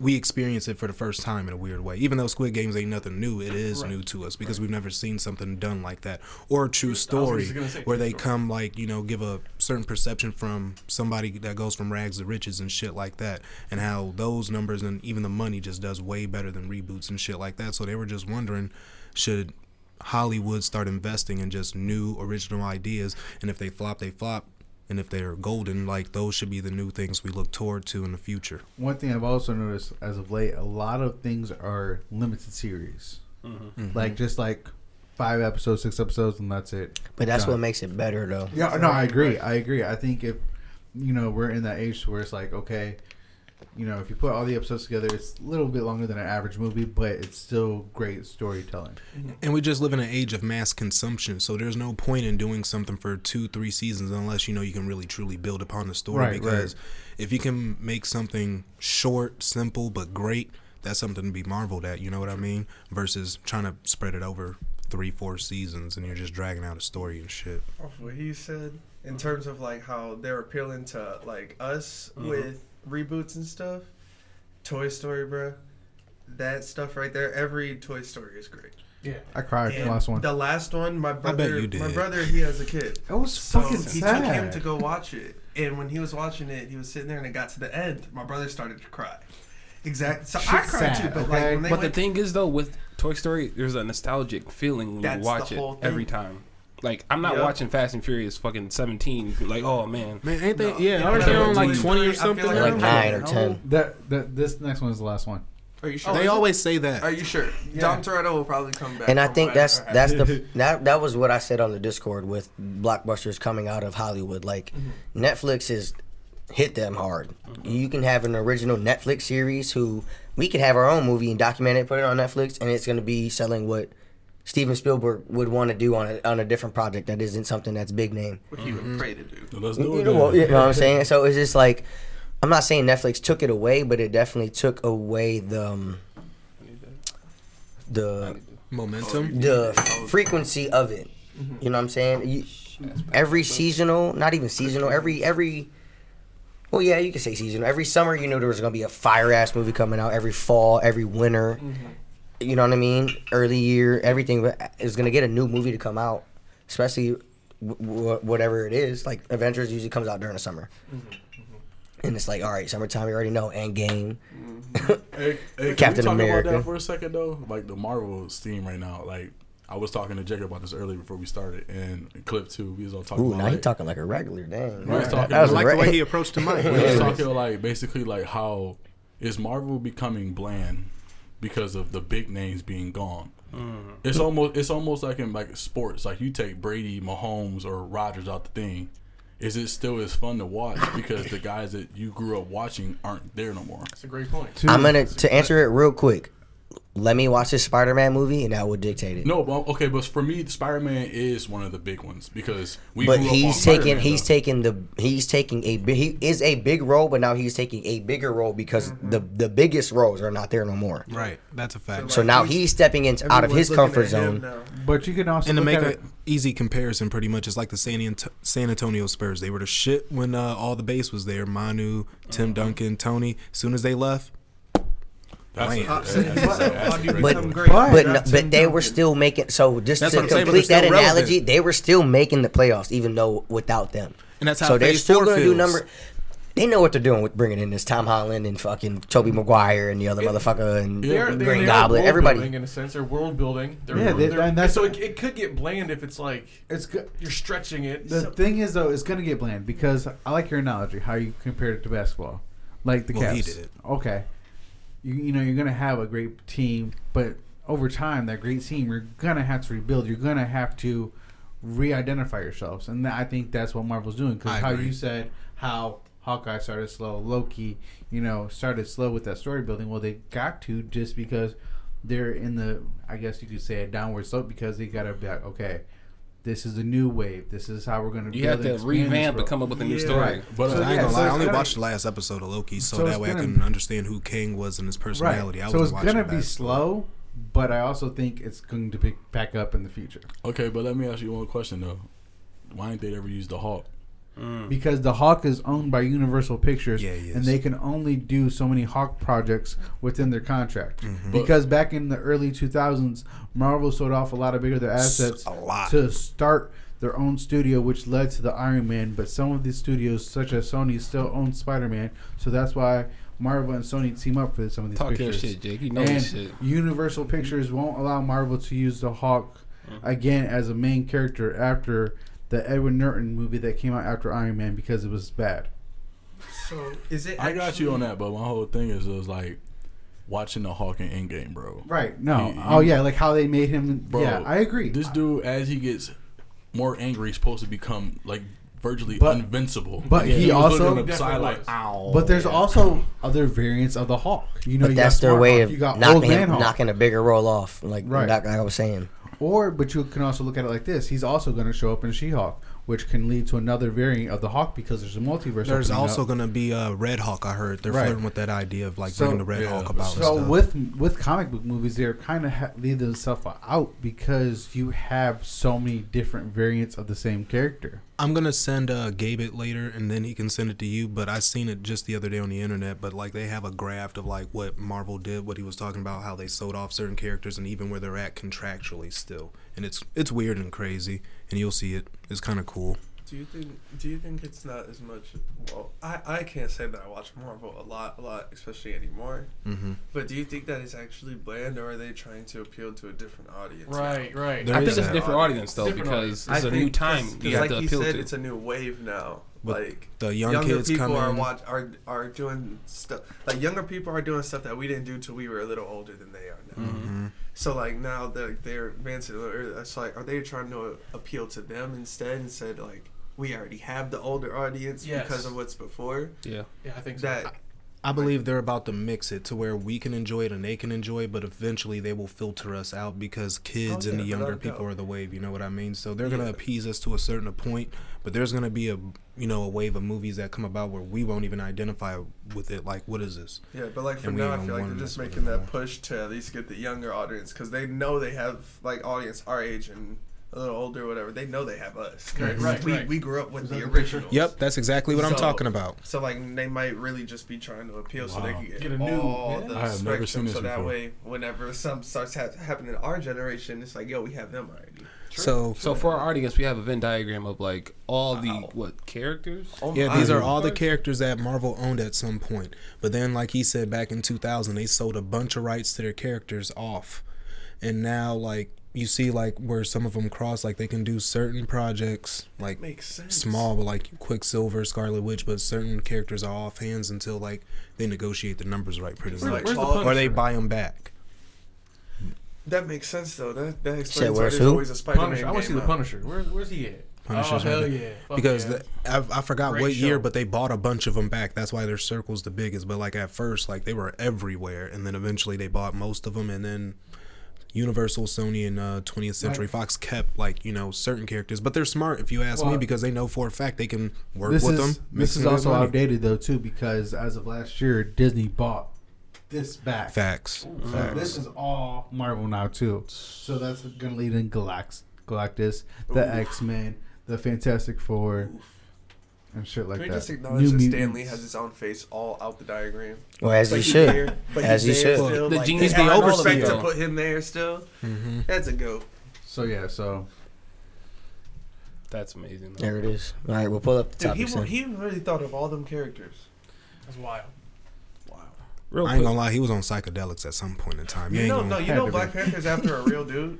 S5: we experience it for the first time in a weird way. Even though Squid Games ain't nothing new, it is new to us because we've never seen something done like that or a true story
S7: gonna say
S5: where they come like you know give a certain perception from somebody that goes from rags to riches and shit like that, and how those numbers and even the money just does way better than reboots and shit like that. So they were just wondering, should Hollywood start investing in just new original ideas, and if they flop, they flop. And if they're golden, like those should be the new things we look toward to in the future.
S2: One thing I've also noticed as of late, a lot of things are limited series, like just like five episodes, six episodes, and that's it.
S4: But that's
S2: Done.
S4: what makes it better though.
S2: Yeah, no, I agree. I agree. I think if you know we're in that age where it's like okay, you know, if you put all the episodes together, it's a little bit longer than an average movie, but it's still great storytelling.
S5: And we just live in an age of mass consumption, so there's no point in doing something for two, three seasons unless you know you can really truly build upon the story.
S2: Right,
S5: because if you can make something short, simple, but great, that's something to be marveled at. You know what I mean? Versus trying to spread it over three, four seasons and you're just dragging out a story and shit.
S6: Off what he said in terms of like how they're appealing to like us
S5: Mm-hmm.
S6: with reboots and stuff. Toy Story, bro. That stuff right there. Every Toy Story is great.
S7: Yeah.
S2: I cried for the
S6: And
S2: last one.
S6: The last one, my
S5: bet
S6: brother.
S5: you
S6: My
S5: did.
S6: brother, he has a kid.
S2: That was
S6: So
S2: fucking
S6: he
S2: sad.
S6: took him to go watch it, and when he was watching it, he was sitting there, and it got to the end. My brother started to cry. Exactly. So I
S2: Shit's
S6: cried
S2: sad,
S6: too, but
S2: okay?
S6: like when they
S3: But the
S6: went,
S3: thing is, though, with Toy Story, there's a nostalgic feeling when
S6: That's
S3: you watch
S6: the
S3: it
S6: whole thing.
S3: every time. Like I'm not
S6: Yeah.
S3: watching Fast and Furious fucking 17. Like oh man,
S5: Man, ain't
S6: they- No. yeah, aren't they on, like, 20 or something now?
S4: Like
S6: Yeah.
S4: nine or
S3: No.
S4: ten.
S2: That, that this next one is the last one.
S6: are you sure?
S5: They always say that.
S6: Are you sure? Dom Toretto will probably come back.
S4: And I
S6: from
S4: think that's
S6: whatever
S4: that's
S8: <laughs>
S4: the that that was what I said on the Discord with blockbusters coming out of Hollywood. Like
S8: Mm-hmm.
S4: Netflix is hit them hard. You can have an original Netflix series who we can have our own movie and document it, put it on Netflix, and it's going to be selling what Steven Spielberg would want to do on a, on a different project that isn't something that's big name.
S6: happened. What <laughs> he would pray to do.
S8: Let's do
S4: You
S8: it.
S4: know, what-
S8: then.
S4: you know what I'm saying? So it's just like I'm not saying Netflix took it away, but it definitely took away the um, the
S5: Momentum. Oh,
S4: the frequency of it. You know what I'm saying? You, every seasonal, not even seasonal, every every. Well, yeah, you could say seasonal. Every summer, you knew there was gonna be a fire ass movie coming out. Every fall, every winter, you know what I mean. Early year, everything wa- is gonna get a new movie to come out, especially w- w- whatever it is. Like Avengers usually comes out during the summer, and it's like, all right, summertime. You already know Endgame.
S8: Hey, hey, can
S4: Captain
S8: we talk
S4: America.
S8: about that for a second though? Like the Marvel steam right now. Like I was talking to Jacob about this earlier before we started, and in clip two, we was all talking.
S4: Ooh,
S8: about,
S4: now you
S8: like-
S4: talking like a regular, dang.
S8: We was talking.
S4: That was
S5: I like the
S4: right.
S5: way he approached the mic.
S4: <laughs>
S8: we was
S5: Yeah.
S8: talking like basically like how is Marvel becoming bland because of the big names being gone. It's almost it's almost like in like sports. Like you take Brady, Mahomes, or Rogers out the thing. Is it still as fun to watch because the guys that you grew up watching aren't there no more?
S7: It's a great point.
S4: I'm gonna to answer it real quick. Let me watch this Spider-Man movie, and that will dictate it.
S8: No, but um, okay, but for me, Spider Man is one of the big ones because we.
S4: but
S8: grew up on
S4: he's taking
S8: Spider-Man,
S4: he's
S8: though.
S4: taking the he's taking a bi- he is a big role, but now he's taking a bigger role because
S6: Mm-hmm.
S4: the the biggest roles are not there no more.
S5: Right, that's a fact.
S4: So now he's stepping in out of
S6: Everyone's
S4: his
S6: looking
S4: comfort
S6: at
S4: zone.
S6: him now.
S2: But you can also
S5: and
S2: look
S5: to make
S2: at
S5: an
S2: it-
S5: easy comparison, pretty much, it's like the San, Ant- San Antonio Spurs. They were the shit when uh, all the base was there. Manu,
S2: Mm-hmm.
S5: Tim Duncan, Tony. Soon as they left,
S2: <laughs>
S8: That's
S5: Lane.
S8: a- that's a-
S2: uh,
S8: that's a- that's a great
S4: But
S8: point.
S4: but no,
S6: Not Tim
S4: but they were
S6: Duncan.
S4: still making so just
S5: That's
S4: to
S5: what I'm saying, but
S4: complete
S5: they're
S4: that
S5: still relevant.
S4: analogy, they were still making the playoffs even though without them.
S5: And that's how
S4: so they're
S5: phase
S4: still
S5: four
S4: gonna do
S5: feels.
S4: number. They know what they're doing with bringing in this Tom Holland and fucking Toby Maguire and the other motherfucker and
S8: Yeah,
S7: They're, they're,
S4: Green
S7: they're
S4: Goblin.
S7: world
S4: Everybody,
S7: building in a sense, they're world building. They're,
S2: Yeah, they-
S7: they're,
S2: and that's-
S7: so it, it could get bland if it's like
S2: it's good.
S7: you're stretching it.
S2: The
S7: So-
S2: thing is, though, it's gonna get bland because I like your analogy how you compared it to basketball, like the
S5: Well, he
S2: Cavs.
S5: did it.
S2: Okay, you you know you're gonna have a great team, but over time that great team you're gonna have to rebuild. You're gonna have to re-identify yourselves, and that, I think that's what Marvel's doing.
S5: I
S2: Because how
S5: agree.
S2: you said how Hawkeye started slow, Loki, you know, started slow with that story building. Well, they got to just because they're in the I guess you could say a downward slope because they gotta be like okay. This is the new wave. This is how we're going to.
S3: You have to revamp and come up with a new
S6: Yeah.
S3: story.
S2: Right.
S8: But
S5: So I
S8: uh,
S5: ain't gonna
S2: yeah, so
S5: lie. I
S2: it's
S5: only
S2: gonna-
S5: watched the last episode of Loki, so,
S2: So it's
S5: that way I
S2: gonna-
S5: can understand who Kang was and his personality. I
S2: so it's
S5: wasn't watching
S2: gonna be
S5: that.
S2: slow, but I also think it's going to pick back up in the future
S8: okay, but let me ask you one question though. Why ain't they ever used the Hulk?
S3: Hmm.
S2: because the Hawk is owned by Universal Pictures,
S5: Yeah, he
S2: and
S5: is.
S2: they can only do so many Hawk projects within their contract.
S5: Mm-hmm.
S2: Because back in the early 2000s, Marvel sold off a lot of bigger their assets
S5: a lot.
S2: to start their own studio, which led to the Iron Man. But some of these studios, such as Sony, still own Spider Man, so that's why. Marvel and Sony team up for some of these
S3: Talk your
S2: pictures.
S3: shit, Jake. You know
S2: and
S3: this shit.
S2: Universal Pictures won't allow Marvel to use the Hawk
S3: Mm-hmm.
S2: again as a main character after the Edward Norton movie that came out after Iron Man because it was bad.
S6: So is it?
S8: I got
S6: actually-
S8: you on that, but my whole thing is is like watching the Hawk in Endgame, bro.
S2: Right. No.
S8: He-
S2: oh yeah, like how they made him.
S8: Bro,
S2: yeah, I agree.
S8: This dude, as he gets more angry, he's supposed to become like virtually
S2: But-
S8: invincible.
S2: but
S8: Yeah,
S2: he
S8: was looking
S2: also-
S8: on the side like, "Ow."
S2: but
S3: Oh,
S2: there's also other variants of the Hawk. You know,
S4: but
S2: you
S4: that's
S2: got
S4: their
S2: Smart
S4: way
S2: Hawk,
S4: of
S2: you got old
S4: knocking
S2: man
S4: him,
S2: Hawk.
S4: knocking a bigger role off. Like,
S2: Right.
S4: like I was saying,
S2: Or, but you can also look at it like this: he's also going to show up in She-Hulk, which can lead to another variant of the Hawk because there's a multiverse.
S5: There's
S2: opening
S5: also
S2: up.
S5: gonna be uh, Red Hawk. I heard they're
S2: Right.
S5: flirting with that idea of like
S2: So-
S5: bringing the Red
S8: Yeah,
S5: Hawk about. and
S2: So
S5: stuff.
S2: with with comic book movies, they're kind of ha- leave themselves out because you have so many different variants of the same character.
S5: I'm gonna send uh, Gabe it later, and then he can send it to you. But I seen it just the other day on the internet. But like they have a graft of like what Marvel did, what he was talking about, how they sold off certain characters, and even where they're at contractually still. And it's it's weird and crazy, and you'll see it. It's kind of cool.
S6: Do you think? Do you think it's not as much? Well, I I can't say that I watch Marvel a lot, a lot, especially anymore.
S5: Mm-hmm.
S6: But do you think that it's actually bland, or are they trying to appeal to a different audience? now?
S7: right, right.
S5: There
S3: I
S5: is
S3: think it's a
S5: that.
S3: different audience though
S7: Different
S3: because
S6: I
S3: it's a
S6: think
S3: new time.
S6: 'cause- 'cause
S3: You have
S6: like
S3: to
S6: you
S3: appeal
S6: said,
S3: to.
S6: it's a new wave now.
S5: But
S6: like
S5: the young
S6: younger
S5: kids
S6: people
S5: come
S6: are
S5: in.
S6: watch are are doing stuff. Like younger people are doing stuff that we didn't do till we were a little older than they are now.
S3: Mm-hmm.
S6: So like now that they're advancing, or it's like are they trying to appeal to them instead and said like we already have the older audience
S7: Yes.
S6: because of what's before
S3: yeah.
S7: Yeah, I think so.
S6: that.
S5: I believe they're about to mix it to where we can enjoy it and they can enjoy it, but eventually they will filter us out because kids
S6: Oh,
S5: and the
S6: yeah,
S5: younger
S6: without a
S5: people
S6: doubt.
S5: are the wave. You know what I mean? So they're gonna
S6: Yeah.
S5: appease us to a certain point, but there's gonna be a you know a wave of movies that come about where we won't even identify with it. Like, what is this?
S6: Yeah, but like for
S5: And we
S6: now, I
S5: don't
S6: feel like
S5: wanna
S6: they're just
S5: mess with
S6: making
S5: it
S6: that
S5: all.
S6: push to at least get the younger audience because they know they have like audience our age and a little older, or whatever, they know they have us.
S7: Right, right,
S6: we,
S7: right.
S6: we grew up with the
S7: that the picture?
S6: original.
S5: Yep, that's exactly what I'm
S6: So-
S5: talking about.
S6: So like they might really just be trying to appeal so they
S8: Wow.
S6: can get,
S7: Get a new-
S6: all
S7: yeah.
S6: the
S8: I have
S6: spectrum.
S8: never seen this
S6: so that
S8: before.
S6: way, whenever something starts ha- happening in our generation, it's like yo, we have them already.
S5: So
S3: So for our audience, we have a Venn diagram of like all the
S6: Wow. Oh,
S3: what characters?
S5: yeah, these
S6: my
S5: are all the
S3: God.
S5: characters that Marvel owned at some point. But then, like he said, back in 2000, they sold a bunch of rights to their characters off, and now like you see like where some of them cross, like they can do certain projects like
S6: Makes sense.
S5: small, but like Quicksilver, Scarlet Witch, but certain characters are off hands until like they negotiate the numbers right, pretty
S7: Where-
S6: Like
S7: where's
S5: much,
S7: the
S6: all-
S7: Punisher?
S5: or they buy them back.
S6: That makes sense though. That that
S4: Shit,
S6: explains why
S4: where's
S6: there's
S4: who?
S6: always a Spider-Man
S7: Punisher. I want to see
S6: game
S7: the
S6: out.
S7: Punisher. Where, where's he at? oh
S5: Punisher's
S7: hell
S5: right
S7: yeah! Fuck
S5: because
S7: yeah.
S5: the, I, I forgot
S7: Great
S5: what year,
S7: show.
S5: but they bought a bunch of them back. That's why their circle's the biggest. But like at first, like they were everywhere, and then eventually they bought most of them, and then Universal, Sony, and uh, 20th Century Fox kept like you know certain characters. But they're smart if you ask me
S7: Well-
S5: because they know for a fact they can work
S2: This
S5: with
S2: is
S5: them. make
S2: this
S5: some
S2: is
S5: good
S2: also
S5: money.
S2: outdated though too because as of last year, Disney bought this back.
S5: facts.
S2: So this is all Marvel now too. So that's gonna lead in Galax- Galactus, the X Men, the Fantastic Four, and shit like
S6: Can we
S2: that.
S6: just acknowledge that
S2: Mutants.
S6: Stanley has his own face all out the diagram?
S4: Well, as
S6: Like,
S4: you
S6: he's
S4: should.
S6: there, but
S4: As
S6: he's
S4: you
S6: there
S4: should.
S6: Still.
S3: The
S6: like,
S3: genius
S6: they have
S3: behind all of
S6: respect
S3: them.
S6: to put him there still. That's a go.
S2: So yeah, so
S3: That's amazing. though.
S4: There it is. All right, we'll pull up the
S6: Dude, he,
S4: topics.
S6: wa-
S4: then.
S6: he really thought of all them characters.
S7: that's wild.
S3: Real
S5: I ain't
S3: quick,
S5: gonna lie, he was on psychedelics at some point in time. You,
S6: You
S5: ain't
S6: know,
S5: gonna,
S6: no, you
S2: Had
S6: know,
S2: to be.
S6: Black Panther's after a real dude.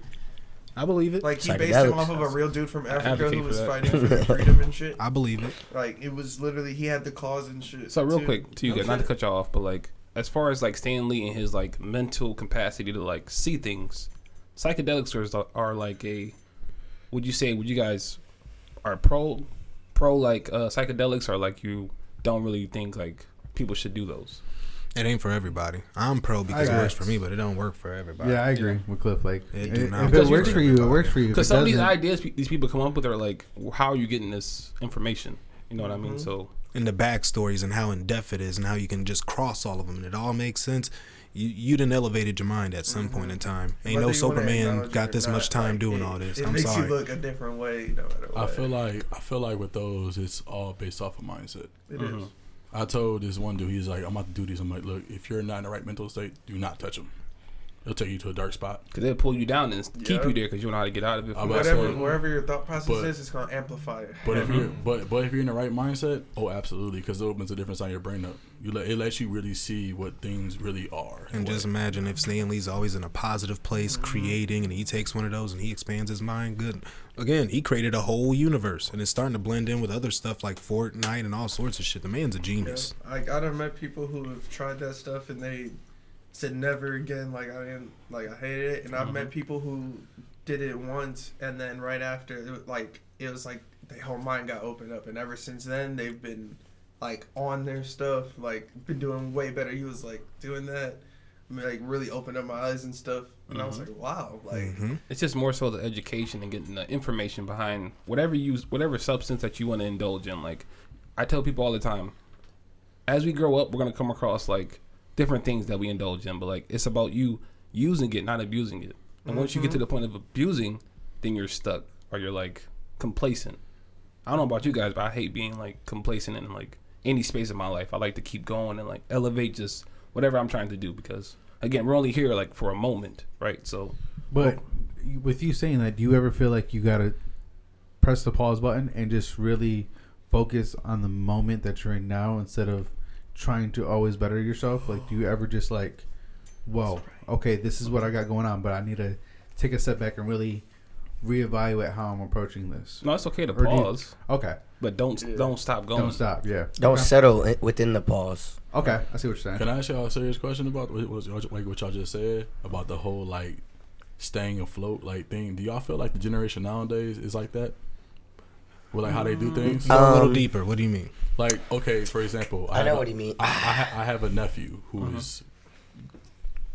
S5: I believe it.
S6: Like he based him
S4: Psychedelics.
S6: off of a real dude from Africa
S3: advocate
S6: who
S3: for
S6: was
S3: that.
S6: fighting
S3: <laughs>
S6: for their freedom and shit.
S5: I believe it.
S6: Like it was literally he had the cause and shit.
S3: So real
S6: too.
S3: quick to you
S6: No
S3: guys, not to
S6: shit.
S3: cut y'all off, but like as far as like Stan Lee and his like mental capacity to like see things, psychedelics are, are like a. Would you say would you guys are pro pro like uh, psychedelics or like you don't really think like people should do those?
S5: It ain't for everybody. I'm pro because it
S2: got
S5: works
S2: it.
S5: for me, but it don't work for everybody.
S2: yeah, I agree with Cliff. Like,
S5: It
S2: if
S5: do not
S2: if
S5: work
S2: it
S5: for
S2: works for you, it
S5: everybody.
S2: works for you. If
S3: Because
S2: it
S3: some of these
S2: doesn't-
S3: ideas pe- these people come up with are like, how are you getting this information? You know what I mean?
S6: Mm-hmm.
S3: So
S5: and the backstories and how in depth it is and how you can just cross all of them and it all makes sense. You you done elevated your mind at some point in time. Ain't
S6: Mm-hmm. Whether
S5: no
S6: you wanna
S5: sober man
S6: acknowledge it
S5: got
S6: or
S5: this
S6: not,
S5: much time
S6: like,
S5: doing
S6: it-
S5: all this.
S6: It
S5: I'm
S6: makes
S5: sorry.
S6: you look a different way, no matter
S8: I
S6: what.
S8: feel like I feel like with those, it's all based off of mindset.
S6: It
S5: Mm-hmm.
S6: is.
S8: I told this one dude, he's like, I'm about to do these. I'm like, look, if you're not in the right mental state, do not touch them. It'll take you to a dark spot.
S3: because they'll pull you down and keep
S6: Yeah.
S3: you there because you don't know how to get out of it.
S8: I'm about to
S6: Whatever,
S8: say-
S6: wherever your thought process
S8: But-
S6: is, it's gonna amplify it. Mm-hmm.
S8: But if you're but but if you're in the right mindset, oh, absolutely, because it opens a different side of your brain up. You let it lets you really see what things really are.
S5: And just imagine if Stan Lee's always in a positive place,
S6: Mm-hmm.
S5: creating, and he takes one of those and he expands his mind. Good. Again, he created a whole universe, and it's starting to blend in with other stuff like Fortnite and all sorts of shit. The man's a
S6: Yeah.
S5: genius.
S6: Like I done met people who have tried that stuff and they said never again. Like I didn't like I hated it. And I've met people who did it once and then right after, it was like it was like their whole mind got opened up. And ever since then, they've been like on their stuff. Like been doing way better. He was like doing that. I mean, like really opened up my eyes and stuff. And I was like, wow. Like
S4: Mm-hmm.
S3: It's just more so the education and getting the information behind whatever you whatever substance that you want to indulge in. Like I tell people all the time, as we grow up, we're gonna come across like different things that we indulge in, but like it's about you using it, not abusing it. And once you get to the point of abusing, then you're stuck or you're like complacent. I don't know about you guys, but I hate being like complacent in like any space of my life. I like to keep going and like elevate just whatever I'm trying to do because again, we're only here like for a moment, right? So
S2: But you- with you saying that, do you ever feel like you gotta press the pause button and just really focus on the moment that you're in now instead of trying to always better yourself? Like, do you ever just like, whoa, okay, this is what I got going on, but I need to take a step back and really reevaluate how I'm approaching this?
S3: No, it's okay to
S2: Or do you-
S3: pause,
S2: Okay,
S3: but don't don't stop going.
S2: don't stop. Yeah,
S4: Don't
S2: Okay.
S4: settle i- within the pause.
S2: okay, I see what you're
S8: Can
S2: saying.
S8: I ask y'all a serious question about what, what, y'all- like what y'all just said about the whole like staying afloat like thing? Do y'all feel like the generation nowadays is like that? With like how they do things?
S5: Go a little
S4: Um,
S5: deeper. What do you mean?
S8: Like okay, for example,
S4: I know
S8: have a-
S4: what he mean. Uh-huh.
S8: I, I, ha- I have a nephew who is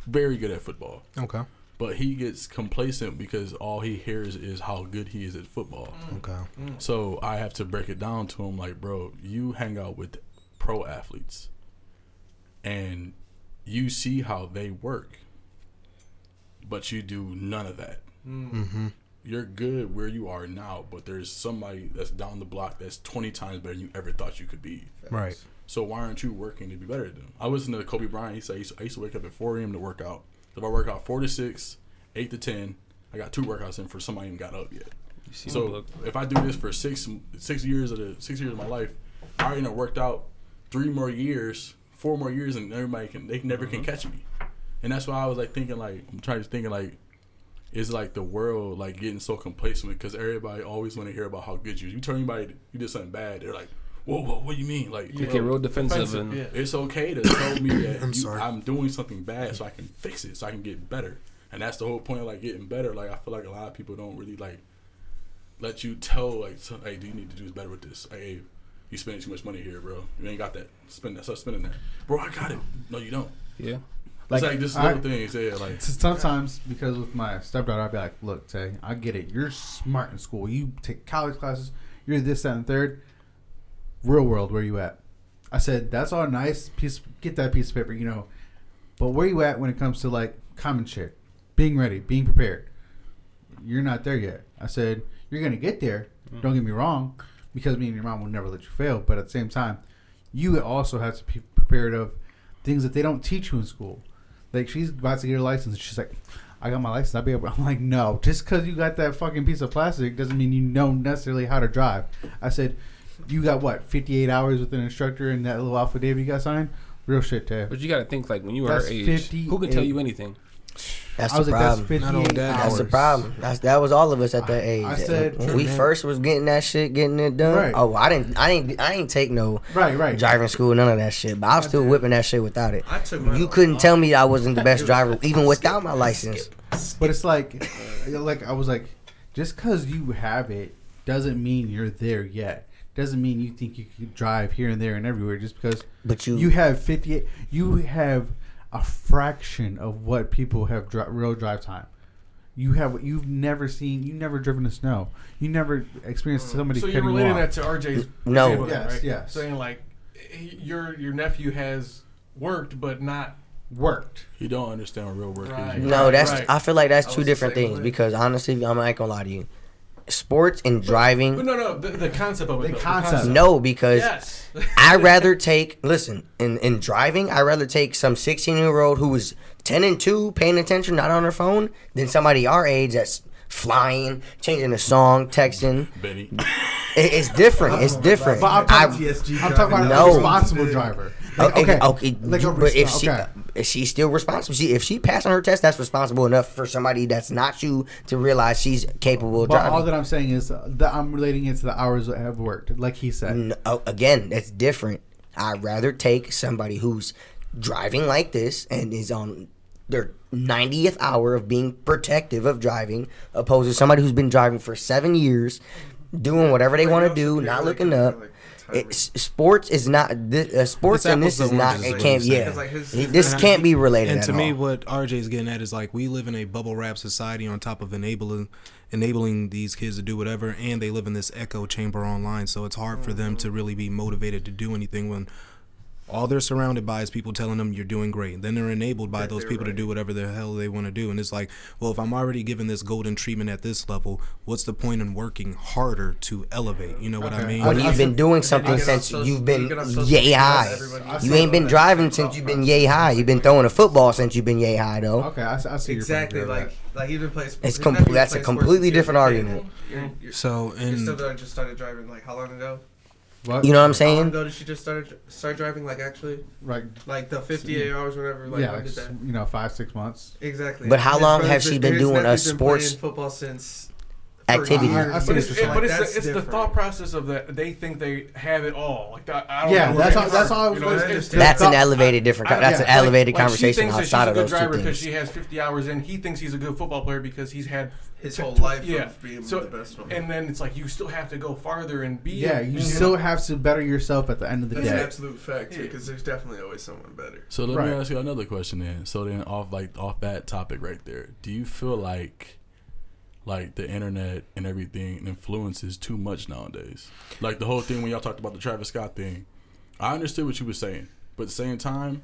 S8: very good at football,
S5: Okay.
S8: but he gets complacent because all he hears is how good he is at football.
S5: Okay.
S6: Mm.
S8: So I have to break it down to him like, bro, you hang out with pro athletes and you
S4: Mm-hmm.
S8: see how they work, but you do none of that. you're good where you are now, but there's somebody that's down the block that's 20 times better than you ever thought you could be.
S5: Right.
S8: So why aren't you working to be better than them? I listen to Kobe Bryant. He said I used to, I used to wake up at 4 a.m. to work out. If I work out 4 to 6, 8 to 10, I got two workouts in for somebody who got up yet.
S3: seen the
S8: So
S3: book.
S8: if I do this for six six years of the six years of my life, I already done worked out three more years, four more years, and everybody can they never
S3: Mm-hmm.
S8: can catch me. And that's why I was like thinking like I'm trying to thinking like it's like the world like getting so complacent because everybody always want to hear about how good you. You tell anybody you did something bad, they're like, whoa, whoa, what do you mean? Like
S3: You
S8: know,
S3: get real defensive,
S7: Offensive,
S3: and
S7: yeah.
S8: it's okay to tell
S5: <coughs>
S8: me that
S5: I'm
S8: I'm,
S5: sorry.
S8: I'm doing something bad so I can fix it, so I can get better. And that's the whole point of like getting better. Like I feel like a lot of people don't really like let you tell like, so- hey, do you need to do better with this? Hey, hey, you spending too much money here, bro. You ain't got that. Spend that. Stop spending that, bro. I got it. No, you don't.
S3: yeah.
S8: it's like just
S2: I-
S8: little things. Yeah, like
S2: S- Sometimes, because with my stepdaughter, I'd be like, "Look, Tay, I get it. You're smart in school. You take college classes. You're this, that, and third. Real world, where you at?" I said, "That's all nice. Piece, get that piece of paper, you know, but where you at when it comes to like common shit, being ready, being prepared? You're not there yet." I said, "You're gonna get there. Don't get me wrong, because me and your mom will never let you fail. But at the same time, you also have to be prepared of things that they don't teach you in school." Like she's about to get her license. And she's like, I got my license. I'll be able. <laughs> I'm like, no. Just because you got that fucking piece of plastic doesn't mean you know necessarily how to drive. I said, you got what 58 hours with an instructor and that little affidavit you got signed. Real shit, Tab.
S3: But you got to think like when you are
S2: That's
S3: age, who can tell
S2: 58.
S3: you anything?
S4: That's
S2: I
S4: the
S2: was like, that's
S4: problem.
S2: 58
S5: Not on that.
S2: hours.
S4: That's the problem. That's that was all of us at that age.
S2: I said-
S4: when
S5: True,
S4: we
S5: man.
S4: first was getting that shit, getting it done.
S2: Right.
S4: Oh, I didn't, I didn't, I ain't take no
S2: Right, right.
S4: driving school, none of that shit. But I was still whipping that shit without it.
S6: I took mine
S4: You
S6: a
S4: couldn't
S6: lot.
S4: tell me I wasn't the best driver, even without my license.
S2: But it's like, uh, like I was like, just because you have it doesn't mean you're there yet. Doesn't mean you think you can drive here and there and everywhere just because
S4: But you,
S2: you have 58 you have a fraction of what people have dri- real drive time you have you've never seen you never driven in snow you never experienced somebody
S7: Mm. So
S2: cutting
S7: you're
S2: you
S7: relating
S2: off.
S7: that to RJ's
S4: No.
S7: example,
S2: Yes,
S7: right?
S2: yes.
S7: Saying like he- your your nephew has worked but not worked.
S8: you don't understand what real work
S7: Right.
S8: is.
S4: no, that's.
S7: Right.
S4: I feel like
S6: I
S4: that's
S6: was
S4: two
S6: the
S4: different
S6: same
S4: things
S6: way.
S4: because honestly, I'm not gonna lie to you. Sports and driving,
S7: But
S4: no,
S7: no, no, the, the concept of it.
S2: The
S7: though,
S2: concept.
S4: because
S7: Yes.
S4: I rather take listen in in driving. I rather take some sixteen year old who is ten and two, paying attention, not on her phone, than somebody our age that's flying, changing a song, texting.
S8: Benny,
S4: It, it's different. It's different.
S2: but I'm talking,
S4: I-
S2: I'm talking about
S4: No.
S2: a responsible driver Like,
S4: okay, okay. but if
S2: respo-
S4: she, if she's still responsible, she if she passed on her test, that's responsible enough for somebody that's not you to realize she's capable of
S2: but all
S4: driving.
S2: that I'm saying is that I'm relating it to the hours that have worked like he said
S4: No, oh, again, that's different. I'd rather take somebody who's driving like this and is on their 90th hour of being protective of driving, opposed to somebody who's been driving for seven years, doing whatever they
S6: Like,
S4: want to
S6: y'all
S4: do,
S6: should be
S4: not
S6: like,
S4: looking
S6: kinda
S4: up.
S6: like Tyreek.
S4: It's, sports is not thi- uh, sports,
S5: It's
S4: and this
S5: apples
S4: is
S5: to
S4: not.
S5: oranges,
S4: It
S5: like
S4: can't.
S5: you said.
S4: Yeah,
S6: It's like his-
S4: this
S5: And I-
S4: can't be related.
S5: And
S4: at
S5: to me,
S4: all.
S5: what RJ's getting at is like we live in a bubble wrap society on top of enabling enabling these kids to do whatever, and they live in this echo chamber online. So it's hard for them to really be motivated to do anything when all they're surrounded by is people telling them you're doing great. Then they're enabled by those people to do whatever the hell they want to do. And it's like, well, if I'm already given this golden treatment at this level, what's the point in working harder to elevate? You know what I
S2: Okay.
S5: mean?
S2: Well,
S4: But
S2: I
S4: you've been
S2: said-
S4: doing something
S6: get on
S4: since
S6: social-
S4: you've
S6: you
S4: been
S6: get on social
S4: yay
S6: media,
S4: high.
S6: everybody- I
S4: You
S6: said
S4: ain't been
S6: all that.
S4: driving since you've been yay high. You've been throwing a football since you've been yay high, though.
S2: okay I, s- I see your point
S6: Exactly,
S2: there,
S6: like
S2: but-
S6: like even plays.
S4: It's com- that's a completely different argument.
S6: You're, you're,
S5: So
S6: your
S5: and
S6: stepdaughter just started driving. Like how long ago?
S2: what?
S4: You know what I'm
S6: How long
S4: saying?
S6: ago did she just start start driving? Like actually,
S2: right
S6: like the 58
S7: Mm.
S6: hours, whatever. Like
S2: yeah
S6: when
S2: like,
S6: did
S2: s-
S6: that?
S2: you know five six months
S6: Exactly.
S4: But how
S6: His
S4: long have
S6: brother's
S4: she
S6: been-
S4: been
S6: his
S4: doing a
S6: nephew's been playing
S4: sports
S6: football since
S4: activity?
S6: for years.
S2: I see
S7: But
S2: what
S7: it's,
S2: you're
S7: it-
S2: saying.
S7: but it's,
S6: That's
S7: the, it's the
S6: different.
S7: thought process of that they think they have it all. Like I, I don't
S2: Yeah,
S7: know,
S2: that's
S7: like,
S2: all- that's all I was
S7: you know, it's-
S6: gonna
S7: it's-
S6: say.
S4: That's an
S7: I-
S4: elevated different.
S7: I-
S4: That's
S7: yeah,
S4: an elevated
S7: like, like, she
S4: conversation
S7: thinks that
S4: outside
S7: she's
S4: of
S7: a
S4: those
S7: good driver
S4: two things.
S7: Because she has 50 hours in, he thinks he's a good football player because he's had
S6: His
S7: t-
S6: whole
S7: t-
S6: life of
S7: Yeah,
S6: being
S7: so
S6: the best one.
S7: and then it's like you still have to go farther and be.
S2: yeah you still have to better yourself at the end of the
S6: That's an
S2: day
S6: absolute fact too, because there's definitely always someone better.
S8: So let
S2: Right.
S8: me ask you another question then. So then off like off that topic right there, do you feel like like the internet and everything influences too much nowadays? Like the whole thing when y'all talked about the Travis Scott thing. I understood what you were saying, but at the same time,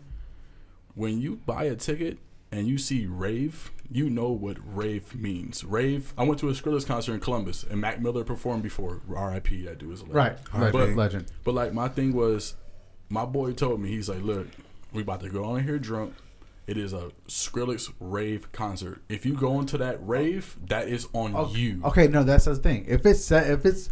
S8: when you buy a ticket and you see rave, you know what rave means. Rave. I went to a Skrillex concert in Columbus, and Mac Miller performed before. R.I.P. That dude was a legend.
S2: Right.
S5: Alright,
S2: Legend.
S5: babe.
S2: legend.
S8: But like my thing was, my boy told me he's like, look, we about to go on here drunk. It is a Skrillex rave concert. If you go into that rave, that is on
S6: Oh,
S2: Okay,
S8: you.
S2: okay, no, that's the thing. If it's sa- if it's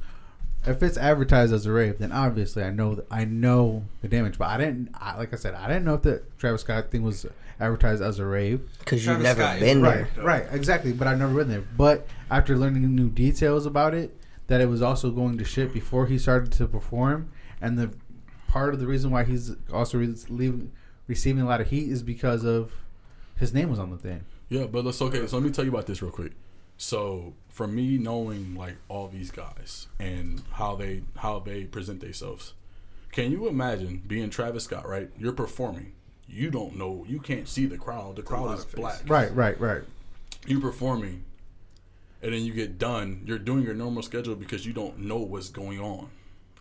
S2: if it's advertised as a rave, then obviously I know th- I know the damage. But I didn't. I, like I said, I didn't know if the Travis Scott thing was advertised as a rave.
S4: because you've
S6: Travis
S4: never
S6: Scott is
S4: been
S2: Right,
S4: there.
S2: right, exactly. But I've never been there. But after learning new details about it, that it was also going to shit before he started to perform, and the part of the reason why he's also re- leaving, receiving a lot of heat is because of his name was on the thing.
S8: Yeah, but let's okay. So let me tell you about this real quick. So for me knowing like all these guys and how they how they present themselves, can you imagine being Travis Scott? Right, you're performing. You don't know. You can't see the crowd. The crowd
S6: lot
S8: is
S6: of
S8: black.
S6: faces.
S2: Right, right, right.
S8: you performing and then you get done, you're doing your normal schedule because you don't know what's going on.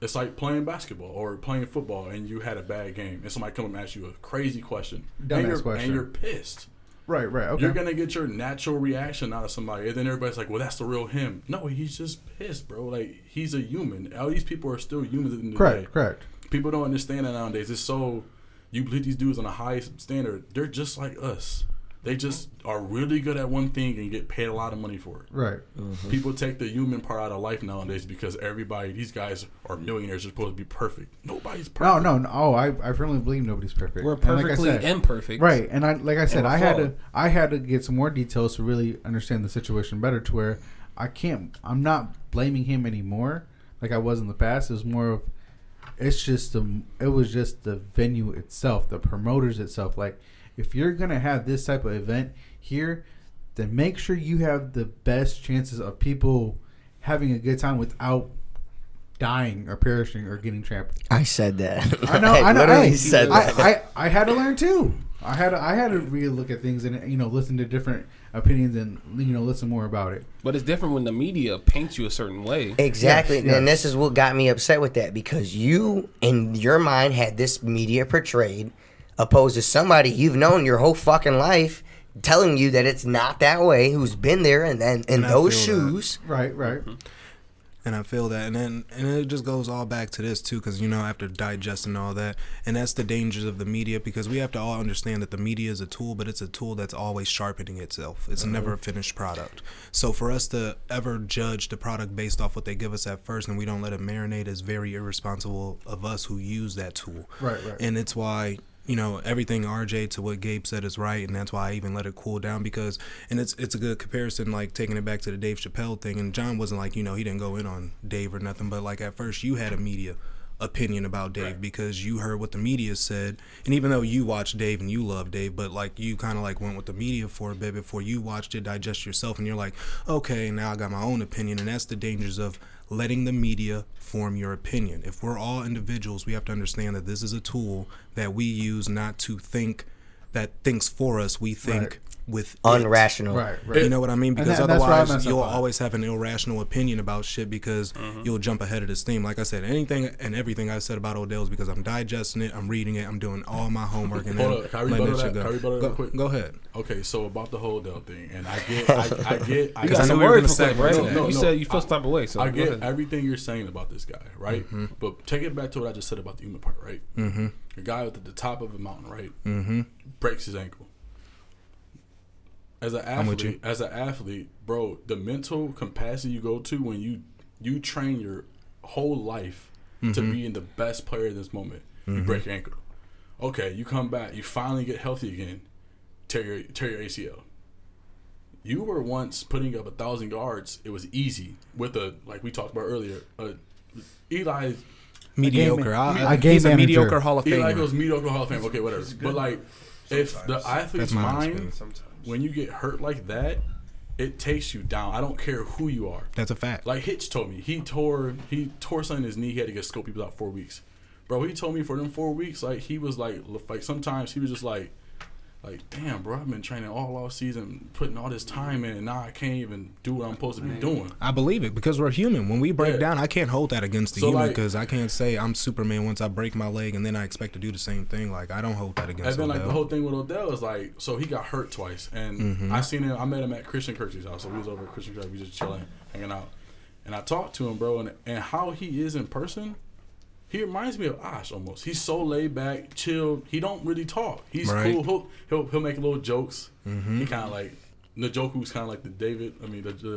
S8: It's like playing basketball or playing football and you had a bad game and somebody come and ask you a crazy question.
S2: Dumbass
S8: and you're,
S2: question.
S8: And you're pissed.
S2: Right, right. Okay.
S8: You're gonna get your natural reaction out of somebody, and then everybody's like, "Well, that's the real him." No, he's just pissed, bro. Like he's a human. All these people are still humans in the day.
S2: correct, correct.
S8: People don't understand that nowadays. It's so you believe these dudes on a high standard. They're just like us. They just are really good at one thing and get paid a lot of money for it.
S2: Right.
S3: Mm-hmm.
S8: People take the human part out of life nowadays because everybody, these guys are millionaires. They're supposed to be perfect. Nobody's
S2: No,
S8: perfect.
S2: no, no. Oh, I, I firmly believe nobody's perfect.
S3: We're
S2: And like I
S3: perfectly
S2: said-
S3: imperfect.
S2: Right, and I like I said,
S3: we're
S2: I had to
S3: flawed.
S2: I had to get some more details to really understand the situation better. To where I can't, I'm not blaming him anymore, like I was in the past. It was more of, it's just the, it was just the venue itself, the promoters itself. Like, if you're gonna have this type of event here, then make sure you have the best chances of people having a good time without dying or perishing or getting trampled.
S4: I said
S2: <laughs>
S4: that.
S2: I
S4: <laughs>
S2: know. I, know.
S4: literally
S2: hey,
S4: said that. <laughs>
S2: I, I, I had to learn too. I had to, I had to really look at things and you know listen to different opinions and you know listen more about it.
S3: But it's different when the media paints you a certain way.
S4: Exactly.
S2: Yes,
S4: And
S2: yes.
S4: this is what got me upset with that because you, in your mind, had this media portrayed opposed to somebody you've known your whole fucking life telling you that it's not that way, who's been there and then in
S5: And I
S4: those
S5: feel that.
S4: shoes.
S2: Right. Right.
S5: and I feel that, and then and it just goes all back to this too, because you know after digesting all that, and that's the dangers of the media because we have to all understand that the media is a tool, but it's a tool that's always sharpening itself. It's
S2: Mm-hmm.
S5: never a finished product. So for us to ever judge the product based off what they give us at first, and we don't let it marinate, is very irresponsible of us who use that tool.
S2: Right, right.
S5: And it's why you know everything RJ to what Gabe said is right, and that's why I even let it cool down because, and it's it's a good comparison, like taking it back to the Dave Chappelle thing. And John wasn't like you know he didn't go in on Dave or nothing, but like at first you had a media opinion about Dave because you heard what the media said, and even though you watched Dave and you love Dave, but like you kind of like went with the media for a bit before you watched it, digest yourself, and you're like, okay, now I got my own opinion, and that's the dangers of letting the media form your opinion. If we're all individuals, we have to understand that this is a tool that we use not to think that thinks for us. We think
S2: Right.
S5: with it.
S4: Unrational.
S2: Right. Right.
S5: You know what I mean?
S2: And
S5: Because
S2: that- that's where I mess
S5: otherwise,
S2: up
S5: you'll
S2: a lot.
S5: always have an irrational opinion about shit because
S8: Mm-hmm.
S5: you'll jump ahead of the steam. Like I said, anything and everything I said about Odell is because I'm digesting it, I'm reading it, I'm doing all my homework, and then
S8: Hold up, can I rebuttal
S5: letting that shit go.
S8: that? Can I rebuttal that
S5: go,
S8: real quick?
S5: go ahead.
S8: Okay, so about the whole Dell thing, and I get,
S3: <laughs>
S8: I, I get, I
S3: You
S8: get.
S5: I
S3: got
S5: know
S3: some
S5: we were
S3: words
S5: gonna
S3: for
S5: segue
S3: right?
S5: to that.
S3: No, you
S8: No,
S3: said you feel some type of way. So
S8: I
S3: go
S8: get
S3: ahead. Mm-hmm.
S8: everything you're saying about this guy, right? But take it back to what I just said about the human part, right? Mm-hmm. The guy at the top of a mountain, right? Mm-hmm. Breaks his ankle. As an
S5: with
S8: athlete, as an athlete, bro, the mental capacity you go to when you you train your whole life to be in the best player in this moment, you break your ankle. Okay, you come back, you finally get healthy again, tear your tear your ACL you were once putting up a thousand yards. It was easy with a like we talked about earlier. A, Eli
S5: Mediocre. I,
S2: a
S5: I,
S2: game
S5: he's a
S2: manager.
S5: mediocre Hall of
S8: Eli
S5: Famer.
S8: goes mediocre Hall of Fame. Okay, whatever. But like, if the
S6: Sometimes.
S8: athlete's
S5: That's my
S8: mind
S5: experience.
S6: Sometimes.
S8: when you get hurt like that, it takes you down. I don't care who you are.
S5: That's a fact.
S8: Like Hitch told me, he tore he tore something in his knee. He had to get scoped. He was out four weeks. Bro, he told me for them four weeks, like he was like, like sometimes he was just like, like, damn, bro, I've been training all off season, putting all this time in, and now I can't even do what I'm supposed to be doing.
S5: I believe it because we're human. When we break
S8: Yeah.
S5: down, I can't hold that against the
S8: So,
S5: human
S8: like-
S5: because I can't say I'm Superman once I break my leg and then I expect to do the same thing. Like I don't hold that
S8: And
S5: against.
S8: then like the
S5: Odell. Mm-hmm.
S8: whole thing with Odell is like, so he got hurt twice, and I seen him. I met him at Christian Kirksey's house. So we was over at Christian Kirksey, we just chilling, hanging out, and I talked to him, bro, and and how he is in person. He reminds me of Osh almost. He's so laid back, chilled. He don't really talk. He's
S5: Right. Mm-hmm.
S8: cool. He'll, he'll he'll make little jokes. He kind of like Njoku's kind of like the David. I mean the the,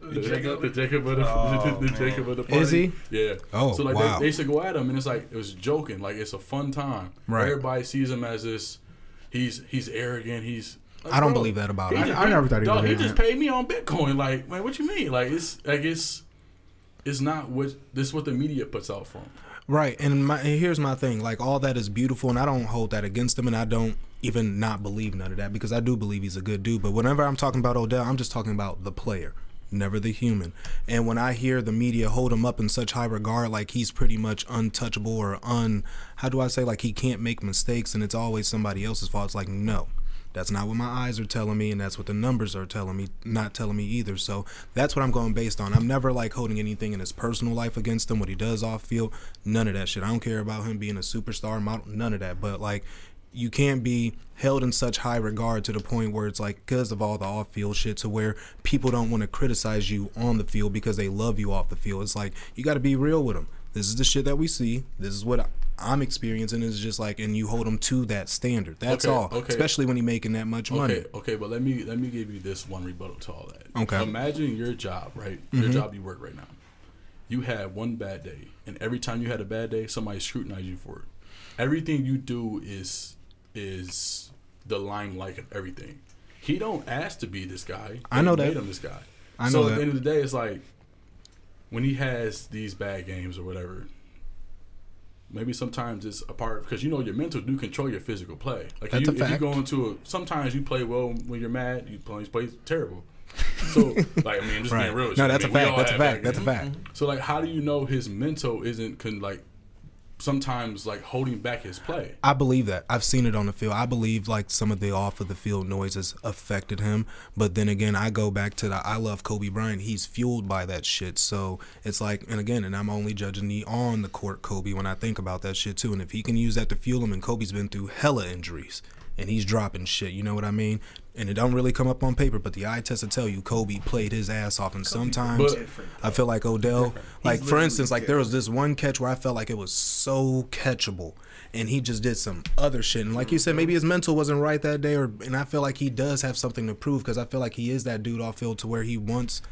S8: the, the, Jacob.
S6: Jacob?
S8: the Jacob of the, <laughs> the, Jacob of the party.
S5: Is he?
S8: Yeah.
S5: Oh,
S8: So like
S5: wow.
S8: they, they used to go at him, and it's like it was joking. Like it's a fun time.
S5: Right.
S8: Everybody sees him as this. He's he's arrogant. He's. like,
S5: I don't
S8: bro,
S5: believe that about
S8: he
S5: him.
S8: just-
S2: I- I never thought he was
S8: dog, He
S2: arrogant.
S8: just paid me on Bitcoin. Like, man, what you mean? Like it's like it's. It's not what this is what the media puts out for him.
S5: Right, and my and here's my thing. Like all that is beautiful, and I don't hold that against him, and I don't even not believe none of that because I do believe he's a good dude. But whenever I'm talking about Odell, I'm just talking about the player, never the human. And when I hear the media hold him up in such high regard, like he's pretty much untouchable or un, how do I say, like he can't make mistakes, and it's always somebody else's fault. It's like no. That's not what my eyes are telling me, and that's what the numbers are telling me, not telling me either. So that's what I'm going based on. I'm never like holding anything in his personal life against him, what he does off field, none of that shit. I don't care about him being a superstar model, none of that. But like, you can't be held in such high regard to the point where it's like, because of all the off field shit, to where people don't want to criticize you on the field because they love you off the field. It's like, you got to be real with them. This is the shit that we see. This is what I- I'm experiencing. It's just like, and you hold them to that standard. That's
S8: Okay,
S5: all.
S8: okay.
S5: Especially especially when he making that much money.
S8: Okay, okay, but let me let me give you this one rebuttal to all that.
S5: Okay. Mm-hmm.
S8: Imagine your job, right? Your job you work right now. You had one bad day, and every time you had a bad day, somebody scrutinized you for it. Everything you do is is the limelight of everything. He don't ask to be this guy.
S5: I know
S8: They
S5: that.
S8: Made him this guy.
S5: I
S8: so
S5: know
S8: at
S5: that.
S8: the end of the day, it's like when he has these bad games or whatever, maybe sometimes it's a part because you know your mental do control your physical play. Like
S5: That's
S8: you,
S5: a
S8: if
S5: fact.
S8: you go into a sometimes you play well when you're mad, you play, you play
S5: <laughs>
S8: terrible. So like I mean, I'm just
S5: Right.
S8: being real. with
S5: No,
S8: you. I
S5: that's a
S8: mean, we
S5: fact.
S8: all
S5: That's a
S8: have
S5: fact.
S8: bad
S5: That's a
S8: games.
S5: fact.
S8: So like, how do you know his mental isn't can like sometimes like holding back his play?
S5: I believe that. I've seen it on the field. I believe like some of the off of the field noises affected him. But then again, I go back to the I love Kobe Bryant. He's fueled by that shit. So it's like, and again, and I'm only judging the on the court Kobe when I think about that shit too. And if he can use that to fuel him, and Kobe's been through hella injuries. And he's dropping shit, you know what I mean? And it don't really come up on paper, but the eye test will tell you Kobe played his ass off. And sometimes
S8: But-
S5: I feel like Odell, like for
S6: literally
S5: instance, like there was this one catch where I felt like it was so catchable, and he just did some other shit. And like you said, maybe his mental wasn't right that day, or and I feel like he does have something to prove because I feel like he is that dude off field to where he wants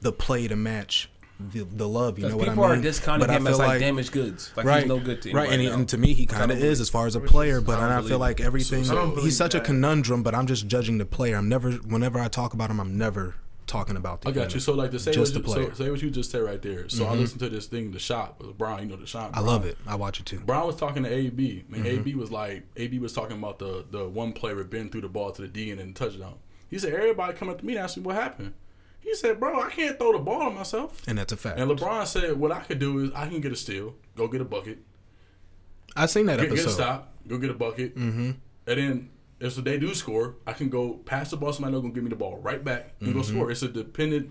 S5: the play to match the, the love. You know what I mean?
S3: people are discounting
S5: But I
S3: him as
S5: feel
S3: like, damaged goods. Like he's no good to
S5: right, and,
S3: anybody
S5: he- and
S3: else.
S5: to me, he
S3: Which I
S5: kind of
S3: don't
S5: is as far as a
S6: is-
S5: player. But
S3: I
S5: and
S3: don't
S5: I
S3: believe
S5: feel like
S3: it.
S5: everything
S6: So- I don't
S5: he's
S6: believe
S5: such a
S6: that.
S5: conundrum. But I'm just judging the player. I'm never, whenever I talk about him, I'm never talking about the.
S8: I got
S5: human.
S8: you. So like to say
S5: Just
S8: what
S5: the
S8: you, so,
S5: player. Mm-hmm.
S8: say what you just said right there. So I listened to this thing, the shot with Brown. You know the shot.
S5: I love it. I watch it too.
S8: Brown was talking to AB. I mean,
S5: Mm-hmm.
S8: AB was like, AB was talking about the the one play where Ben threw the ball to the D and then touchdown. He said, everybody come up to me and ask me what happened. He said, bro, I can't throw the ball to myself.
S5: And that's a fact.
S8: And LeBron said, what I could do is I can get a steal, go get a bucket,
S5: I seen that
S8: get,
S5: episode.
S8: get a stop, go get a bucket, mm-hmm. and then if they do score, I can go pass the ball. Somebody else gonna give me the ball right back and
S5: Mm-hmm.
S8: go score. It's a dependent.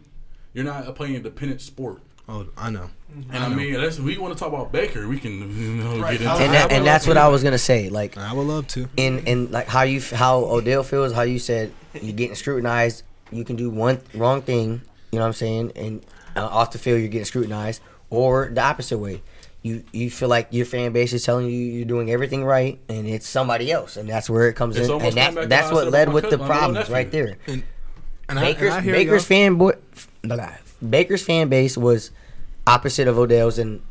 S8: You're not playing a dependent sport.
S5: Oh, I know.
S8: And I, mean, that's, we want to talk about Baker. We can you know,
S7: Right.
S8: get into
S4: And,
S8: that.
S4: that, and that's what I was gonna say. Like
S5: I would love to.
S4: in in like how you f- how Odell feels, how you said you getting scrutinized. You can do one wrong thing, you know what I'm saying, and uh, off the field you're getting scrutinized, or the opposite way. You you feel like your fan base is telling you you're doing everything right, and it's somebody else, and that's where it comes
S8: It's
S4: in,
S8: almost
S4: and
S8: come back
S4: that,
S8: to
S4: that's
S8: what
S4: what
S8: I said about
S4: led
S8: my
S4: with the
S8: cousin, my little
S4: problems
S8: nephew.
S4: right there.
S5: And
S4: Baker's Baker's fanboy, blah, Baker's fan base was opposite of Odell's, and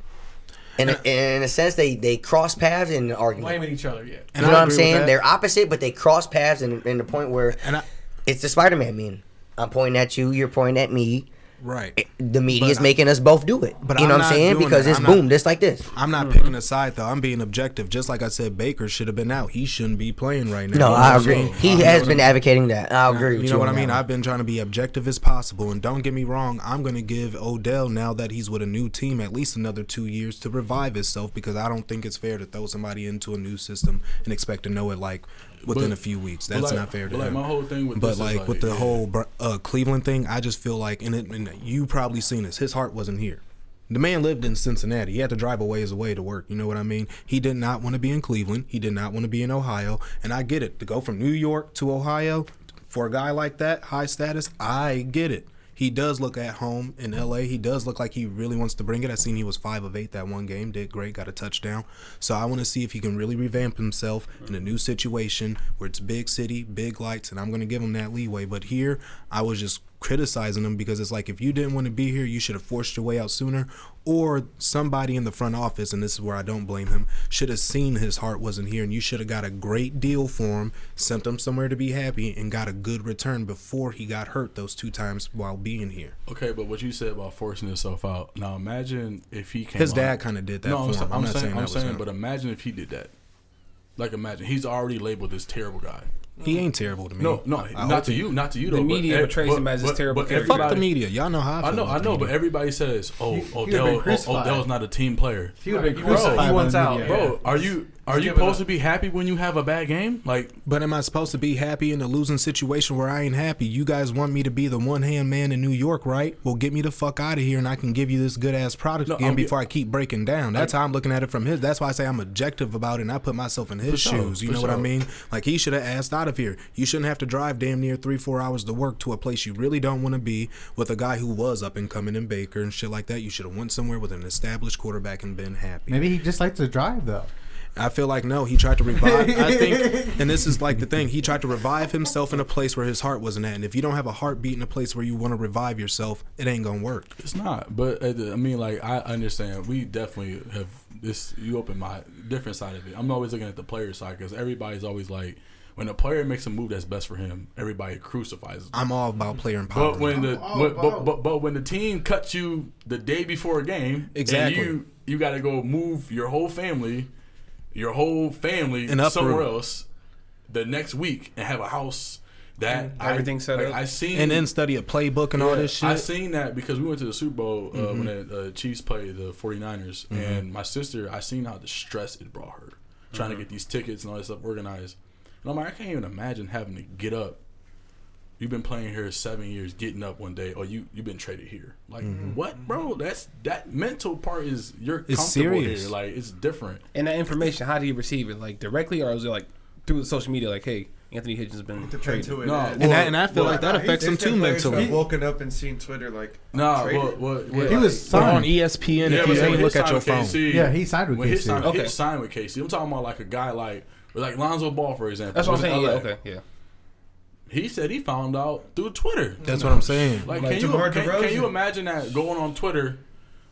S4: in a, in a sense they they cross paths in an argument.
S7: Blaming each other, yeah.
S5: And
S4: you
S5: I
S4: know what I'm
S5: agree with
S4: saying?
S5: that.
S4: They're opposite, but they cross paths in, in the point where
S5: and I,
S4: it's the Spider Man meme. I'm pointing at you, you're pointing at me.
S5: Right.
S4: The media
S5: But
S4: is
S5: I-
S4: making us both do it.
S5: but
S4: you know
S5: I'm
S4: what I'm
S5: not
S4: saying?
S5: doing
S4: Because
S5: that.
S4: it's
S5: I'm not-
S4: boom, just like this.
S5: I'm not picking a side though. I'm being objective. Just like I said, Baker should have been out. He shouldn't be playing right now.
S4: No,
S5: You
S4: I
S5: know, so,
S4: agree.
S5: uh,
S4: He
S5: you
S4: has
S5: know
S4: been
S5: what I'm-
S4: advocating that. I agree with you.
S5: You know what
S4: on
S5: I
S4: that
S5: mean?
S4: one.
S5: I've been trying to be objective as possible, and don't get me wrong. I'm going to give Odell now that he's with a new team at least another two years to revive himself because I don't think it's fair to throw somebody into a new system and expect to know it like within
S8: But-
S5: a few weeks.
S8: but
S5: That's
S8: like-
S5: not fair to
S8: but like
S5: him.
S8: my whole thing with
S5: but
S8: this is
S5: like, with
S8: like-
S5: the
S8: yeah.
S5: whole Br- uh, Cleveland thing, I just feel like, and, it, and you probably seen this. His heart wasn't here. The man lived in Cincinnati. He had to drive a ways away to work. You know what I mean? He did not want to be in Cleveland. He did not want to be in Ohio. And I get it. To go from New York to Ohio for a guy like that, high status, I get it. He does look at home in LA. He does look like he really wants to bring it. I seen he was five of eight that one game, did great, got a touchdown. So I want to see if he can really revamp himself in a new situation where it's big city, big lights, and I'm gonna give him that leeway. But here, I was just criticizing him because it's like if you didn't want to be here, you should have forced your way out sooner, or somebody in the front office, and this is where I don't blame him, should have seen his heart wasn't here, and you should have got a great deal for him, sent him somewhere to be happy, and got a good return before he got hurt those two times while being here.
S8: Okay, but what you said about forcing himself out. Now imagine if he came.
S5: His
S8: out-
S5: dad kinda did that
S8: No,
S5: for
S8: I'm, sa-
S5: him. I'm
S8: I'm
S5: not
S8: saying,
S5: saying that
S8: I'm
S5: was
S8: saying,
S5: him.
S8: but imagine if he did that. Like imagine he's already labeled this terrible guy.
S5: He ain't terrible to me.
S8: No, no,
S5: I- I hope
S8: not to
S5: he-
S8: you, not to you.
S3: The
S8: though, but
S3: media
S8: ev-
S3: portrays him as this terrible
S8: but
S3: character.
S5: Fuck the
S8: everybody-
S5: media. Y'all know how I,
S8: I
S5: feel
S8: know, I
S5: about the
S8: know, but
S5: media.
S8: everybody says, "Oh,
S2: would've been
S8: Odell,
S2: crucified.
S8: Odell's not a team player."
S2: He would have been
S8: Bro,
S2: crucified.
S8: he
S2: by
S7: wants
S2: the
S7: out,
S2: media.
S8: Bro, are you are
S7: Just
S8: you
S7: give it
S8: supposed
S7: up.
S8: to be happy when you have a bad game? Like,
S5: But am I supposed to be happy in a losing situation where I ain't happy? You guys want me to be the one hand man in New York, right? Well, get me the fuck out of here, and I can give you this good ass product
S8: No,
S5: again
S8: I'm get-
S5: before I keep breaking down. That's how I'm looking at it from his. That's why I say I'm objective about it, and I put myself in his
S8: sure,
S5: shoes. You
S8: for
S5: know what I
S8: sure.
S5: mean? Like he should have asked out of here. You shouldn't have to drive damn near three, four hours to work to a place you really don't want to be with a guy who was up and coming in Baker and shit like that. You should have went somewhere with an established quarterback and been happy.
S2: Maybe he just likes to drive though.
S5: I feel like no, he tried to revive. I think, and this is like the thing. He tried to revive himself in a place where his heart wasn't at. And if you don't have a heartbeat in a place where you want to revive yourself, it ain't gonna work.
S8: It's not, but uh, the- I mean, like I understand. We definitely have this. You open my different side of it. I'm always looking at the player side because everybody's always like, when a player makes a move that's best for him, everybody crucifies. Him.
S5: I'm all about player empowerment.
S8: But when the
S2: Oh,
S8: but,
S2: wow.
S8: but, but but when the team cuts you the day before a game,
S5: Exactly.
S8: and you you got to go move your whole family, your whole family
S5: And uproot.
S8: somewhere else the next week and have a house that I-
S3: everything set
S8: like,
S3: up.
S8: I seen
S5: and then study a playbook and all
S8: yeah,
S5: this shit. Mm-hmm.
S8: I seen that because we went to the Super Bowl uh, when the uh, Chiefs played the 49ers, and my sister, I seen how the stress it brought her trying
S5: Mm-hmm.
S8: to get these tickets and all this stuff organized. And I'm like, I can't even imagine having to get up. You've been playing here seven years, getting up one day, or you you've been traded here. Like what, bro? That's that mental part is you're
S5: Mm-hmm. It's
S8: comfortable
S5: serious.
S8: here. Like it's different.
S3: And that information, how do you receive it? Like directly, or is it like through the social media? Like, hey, Anthony Hitchens has been
S6: Depends
S3: traded.
S6: who it
S8: No,
S6: is.
S8: well,
S5: and, I, and I feel
S8: well,
S5: like that
S6: Nah,
S5: affects
S6: he's-
S5: him
S6: there's
S5: too
S6: been players who have
S5: mentally.
S6: Woken up and seen Twitter like I'm
S8: Nah,
S6: traded.
S8: what what
S6: Yeah,
S8: what-
S2: He was
S5: But on E
S2: signed.
S5: ESPN,
S8: Yeah,
S5: if
S8: but
S5: you
S8: say
S5: ain't
S8: when
S5: look
S8: he
S5: at your
S8: signed
S5: phone.
S8: with KC,
S2: Yeah, he signed with
S8: when
S2: KC.
S8: He signed,
S3: Okay.
S8: he signed with KC. I'm talking about like a guy like like Lonzo Ball for example.
S3: That's what I'm
S8: was in
S3: saying. Yeah,
S8: LA.
S3: okay, yeah.
S8: He said he found out through Twitter.
S5: That's what I'm saying.
S8: Like,
S6: Like
S8: can you
S6: DeMar
S8: can, can
S6: DeRozan.
S8: you imagine that going on Twitter,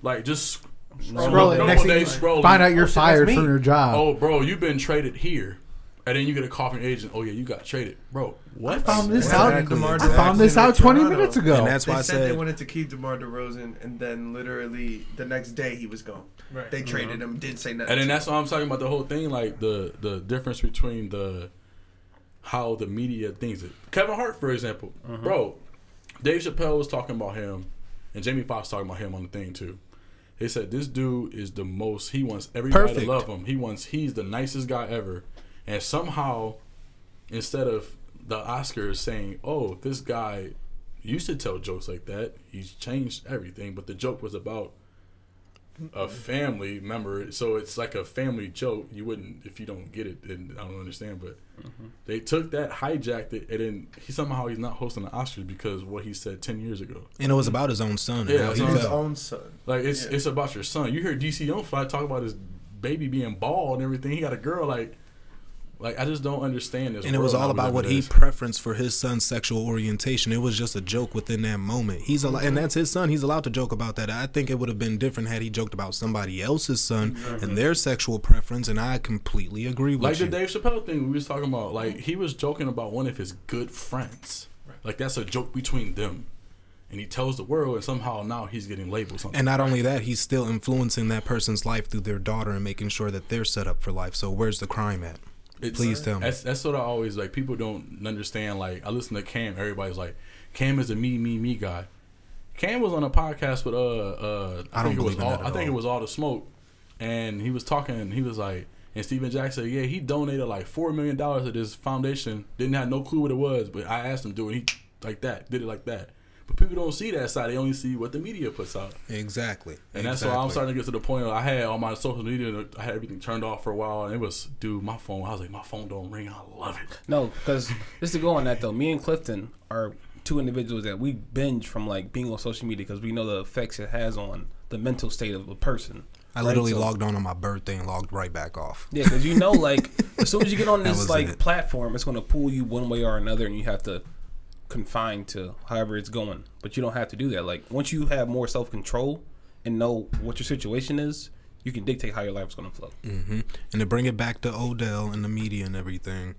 S8: like just
S2: Scroll
S8: normal-
S2: it.
S8: normal
S2: Next
S8: day
S2: thing you
S8: scrolling.
S2: find out you're
S8: Oh, shit, that's
S2: fired
S8: me.
S2: from your job.
S8: Oh, bro, you've been traded here, and then you get a call from your agent. Oh yeah, you got traded, bro. What?
S2: Found this
S6: Exactly.
S2: out.
S6: DeMar
S2: I found
S6: DeRozan
S2: this out
S6: in
S2: 20
S6: Toronto.
S2: minutes ago.
S5: And that's
S6: they
S5: why I
S6: said they
S5: said
S6: wanted to keep DeMar DeRozan, and then literally the next day he was gone.
S7: Right.
S6: They traded him, didn't say nothing.
S8: And then that's what I'm talking about the whole thing, like the the difference between the how the media thinks it. Kevin Hart, for example, bro, Dave Chappelle was talking about him, and Jamie Foxx talking about him on the thing too. They said this dude is the most. He wants everybody
S5: Perfect.
S8: to love him. He wants. He's the nicest guy ever. And somehow, instead of the Oscars saying, "Oh, this guy used to tell jokes like that," he's changed everything. But the joke was about a family member, so it's like a family joke. You wouldn't if you don't get it. Then I don't understand. But they took that, hijacked it, and then he somehow he's not hosting the Oscars because what he said ten years ago.
S5: and it was about his own son.
S8: Yeah,
S5: Yeah,
S8: it's
S5: he
S8: on
S6: his
S8: Yeah.
S5: felt.
S6: own son.
S8: Like it's
S6: Yeah.
S8: it's about your son. You hear DC Young Fly talk about his baby being bald and everything. He got a girl. Like, like I just don't understand this.
S5: And it was
S8: world
S5: all
S8: that we
S5: about
S8: live
S5: what
S8: in
S5: he
S8: is.
S5: preferenced for his son's sexual orientation. It was just a joke within that moment. He's al-
S8: Mm-hmm.
S5: and that's his son. He's allowed to joke about that. I think it would have been different had he joked about somebody else's son and their sexual preference. And I completely agree with
S8: Mm-hmm. like
S5: you.
S8: the Dave Chappelle thing we was talking about. Like he was joking about one of his good friends. Like that's a joke between them. and he tells the world, and somehow now he's getting labeled something.
S5: And not only that, he's still influencing that person's life through their daughter and making sure that they're set up for life. So where's the crime at?
S8: It's-
S5: Please tell me.
S8: That's, that's what I always like. People don't understand. Like I listen to Cam. Everybody's like, Cam is a me, me, me guy. Cam was on a podcast with uh uh.
S5: I don't
S8: think it was
S5: believe in that at
S8: I think
S5: all.
S8: it was all the smoke, and he was talking. He was like, and Steven Jackson. Yeah, he donated like four million dollars to this foundation. Didn't have no clue what it was, but I asked him to do it. He like that did it like that. But people don't see that side. They only see what the media puts out.
S5: Exactly.
S8: And that's why I'm starting to get to the point where I had all my social media, I had everything turned off for a while, and it was, dude, my phone. I was like, my phone don't ring. I love it.
S3: No, because just to go on that though, me and Clifton are two individuals that we binge from like being on social media because we know the effects it has on the mental state of a person.
S5: I literally
S3: Right, so-
S5: logged on on my birthday and logged right back off.
S3: Yeah, because you know, like as soon as you get on
S5: <laughs> That
S3: this
S5: was
S3: like
S5: it.
S3: platform, it's going to pull you one way or another, and you have to confine to however it's going. But you don't have to do that. Like once you have more self control and know what your situation is, you can dictate how your life is going to flow.
S5: hmm And to bring it back to Odell and the media and everything,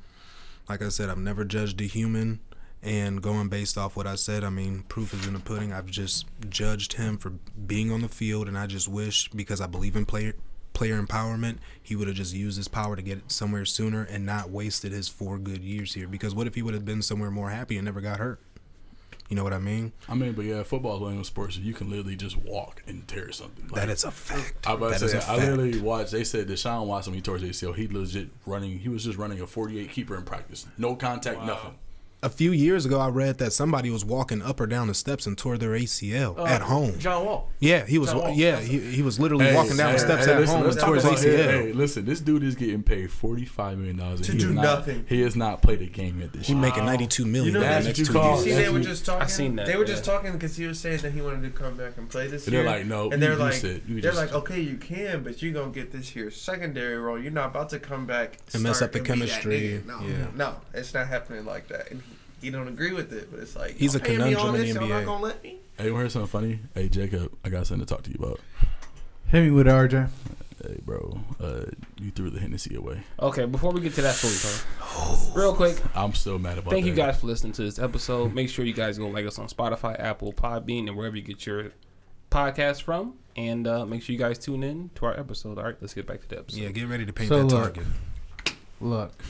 S5: like I said, I've never judged a human. And going based off what I said, I mean, proof is in the pudding. I've just judged him for being on the field, and I just wish because I believe in player player empowerment, he would have just used his power to get somewhere sooner and not wasted his four good years here. Because what if he would have been somewhere more happy and never got hurt? You know what I mean?
S8: I mean, but yeah, football is one of those sports that you can literally just walk and tear something. Like,
S5: That is a fact.
S8: I, about
S5: That
S8: to
S5: is
S8: say,
S5: a
S8: I
S5: fact.
S8: literally watched. They said Deshaun Watson when he tore his ACL, he legit running. He was just running a 48 keeper in practice, no contact, nothing.
S5: a few years ago, I read that somebody was walking up or down the steps and tore their
S8: Uh,
S5: ACL at home.
S7: Uh, John Wall.
S5: Yeah, he was.
S7: John Wall.
S5: Yeah, he, he was literally
S8: Hey,
S5: walking down
S8: hey,
S5: the steps
S8: hey,
S5: at
S8: listen,
S5: home
S8: let's
S5: and tore his
S8: talk about- hey,
S5: ACL.
S8: hey, listen, this dude is getting paid 45 million dollars
S6: To do nothing.
S8: He has not played a game yet this
S5: He
S8: year.
S5: making ninety two million.
S6: You know,
S5: over the next
S8: that's what you
S5: two
S8: call-
S5: years.
S6: See,
S8: That's
S6: they were
S8: you-
S6: just talking.
S3: seen that,
S6: They were
S3: yeah.
S6: just talking because he was saying that he wanted to come back and play this
S8: And they're
S6: year.
S8: like, no,
S6: and they're
S8: you- you
S6: like,
S8: said- you
S6: they're
S8: just-
S6: like, okay, you can, but you're gonna get this year's secondary role. You're not about to come back
S5: And mess
S6: start,
S5: up the
S6: and be that
S5: chemistry.
S6: nigga. No,
S5: Yeah.
S6: no, it's not happening like that. And he, he don't agree with it, but it's like
S5: He's
S6: y'all
S5: a
S6: paying me all
S5: conundrum in
S6: this,
S5: the
S6: y'all not
S5: NBA.
S6: gonna let me?
S8: Hey, you want to hear something funny? Hey, Jacob, I got something to talk to you about.
S2: Hit me with it, RJ.
S8: Hey, bro, uh, you threw the Hennessy away.
S3: Okay, before we get to that fully,
S5: <sighs>
S3: bro, real quick,
S8: I'm so mad about
S3: Thank
S8: that.
S3: you guys for listening to this episode. Make sure you guys go like us on Spotify, Apple, Podbean, and wherever you get your podcast from. And uh, make sure you guys tune in to our episode. All right, let's get back to the episode.
S5: Yeah, get ready to paint
S2: So
S5: that
S2: look,
S5: target.
S2: Look,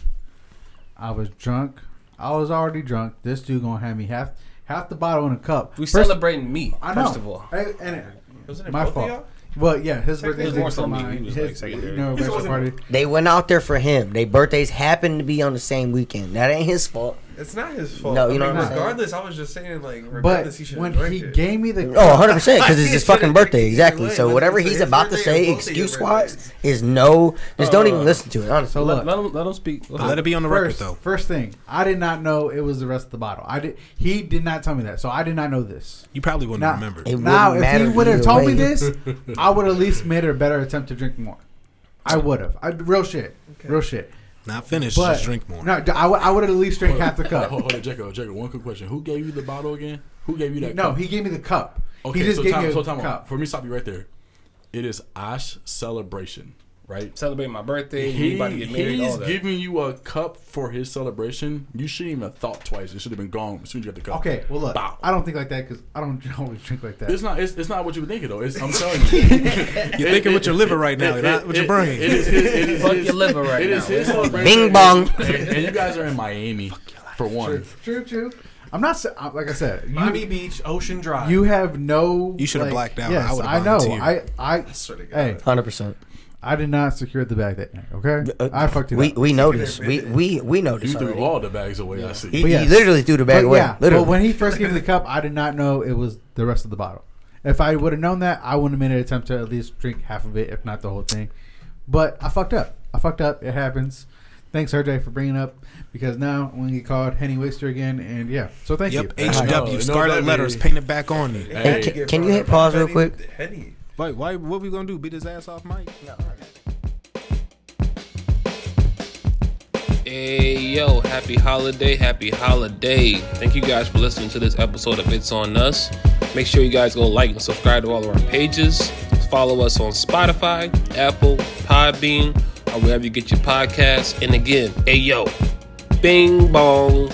S2: I was drunk. I was already drunk. This dude gonna have me half half the bottle in a cup.
S3: We
S2: First-
S3: celebrating me
S2: I know.
S3: first of all.
S2: I- and it-
S6: Wasn't it
S2: my
S6: both of
S2: fault.
S6: y'all?
S2: Well, yeah, his
S6: Technically,
S2: birthday
S6: it was
S3: more
S2: was
S3: so me.
S2: mine.
S3: He was, like,
S2: his,
S3: secondary.
S2: you know,
S6: He's
S2: bachelor
S6: wasn't-
S2: party.
S4: They went out there for him. Their birthdays happened to be on the same weekend. That ain't his
S5: <laughs>
S4: fault.
S6: It's not his fault.
S4: No, you know
S6: I mean,
S4: what I'm saying?
S6: regardless, I was just saying like,
S2: But
S6: regardless, he should
S2: when he
S6: it.
S2: gave me the
S4: Oh,
S2: cup,
S4: 100 percent because it's
S6: He
S4: his
S6: should've
S4: fucking birthday.
S6: drank it
S4: Exactly.
S6: anyway,
S4: So
S6: whether
S4: whatever
S6: it's
S4: he's
S6: his
S4: about to
S6: birthday or
S4: say,
S6: both of your
S4: excuse wise,
S6: birthdays.
S4: is no. Just don't even
S3: Uh,
S4: listen to it. Honestly,
S2: so
S3: Let,
S2: look,
S3: let, him, let him speak.
S5: But let it be on the record
S2: first,
S5: though.
S2: first thing, I did not know it was the rest of the bottle. I did. He did not tell me that, so I did not know this.
S5: You probably wouldn't
S2: Now-
S5: remember.
S4: It
S2: now,
S4: wouldn't
S2: if he
S4: matter
S2: would have
S4: either
S2: told me
S4: way.
S5: <laughs>
S2: this, I would at least made a better attempt to drink more. I would have. I real shit. Real shit.
S5: Not finished.
S2: But
S5: just drink more.
S2: No, I would. I would at least drink half the
S8: Hold,
S2: cup.
S8: hold on, Jacob, Jacob, one quick question. Who gave you the bottle again? Who gave you that
S2: No,
S8: cup?
S2: he gave me the cup.
S8: Okay,
S2: he just
S8: so
S2: gave
S8: time,
S2: me a
S8: so time out.
S2: cup.
S8: For me, stop you right there. It is Ash celebration, right?
S3: Celebrate my birthday. we
S8: He,
S3: about to get married.
S8: he's
S3: All that.
S8: giving you a cup for his celebration. You shouldn't even have thought twice. It should have been gone as soon as you got the cup.
S2: Okay, well look,
S8: Bow.
S2: I don't think like that because I don't <laughs> always drink like that.
S8: It's not. It's, it's not what you were thinking though.
S2: <laughs>
S8: It's, I'm telling you.
S5: You're thinking with your liver right now, not with your brain.
S8: It is his. It is
S3: Fuck
S8: his-
S3: your liver right
S8: It is
S3: now.
S8: his celebration.
S4: Bing bong.
S8: And, and you guys are in Miami for one.
S2: true, true, true. I'm not. sa- I- Like I said,
S7: Miami
S2: you,
S7: Beach, Ocean Drive.
S2: you have no.
S5: You should've
S2: like-
S5: blacked out.
S2: Yes,
S5: I would've
S2: I, know. I,
S5: volunteered.
S2: I,
S6: swear to God.
S2: hey,
S4: 100 percent.
S2: I did not secure the bag that night. Okay,
S4: Uh,
S2: I fucked it
S4: We
S2: up.
S4: we know this. We we we know
S8: You
S4: this.
S8: threw
S4: already.
S8: all the bags away. I
S4: He,
S8: see.
S2: But
S4: he
S2: yes.
S4: literally threw the bag away. literally.
S2: But when he first gave me the cup, I did not know it was the rest of the bottle. If I would have known that, I wouldn't have made an attempt to at least drink half of it, if not the whole thing. But I fucked up. I fucked up. It happens. Thanks, RJ, for bringing up because now I'm gonna get called Henny Waster again, and yeah. So thank
S5: Yep,
S2: you.
S5: HW
S8: No, no,
S5: scarlet
S8: that'd be-
S5: letters painted back on you.
S4: Hey,
S8: Hey,
S4: can, can you hit pause real quick?
S6: Henny.
S5: Wait, why? What we gonna do? Beat his ass off, Mike?
S3: Hey yo, happy holiday, happy holiday. Thank you guys for listening to this episode of It's On Us. Make sure you guys go like and subscribe to all of our pages. Follow us on Spotify, Apple, Podbean, or wherever you get your podcasts. And again, hey yo, bing bong.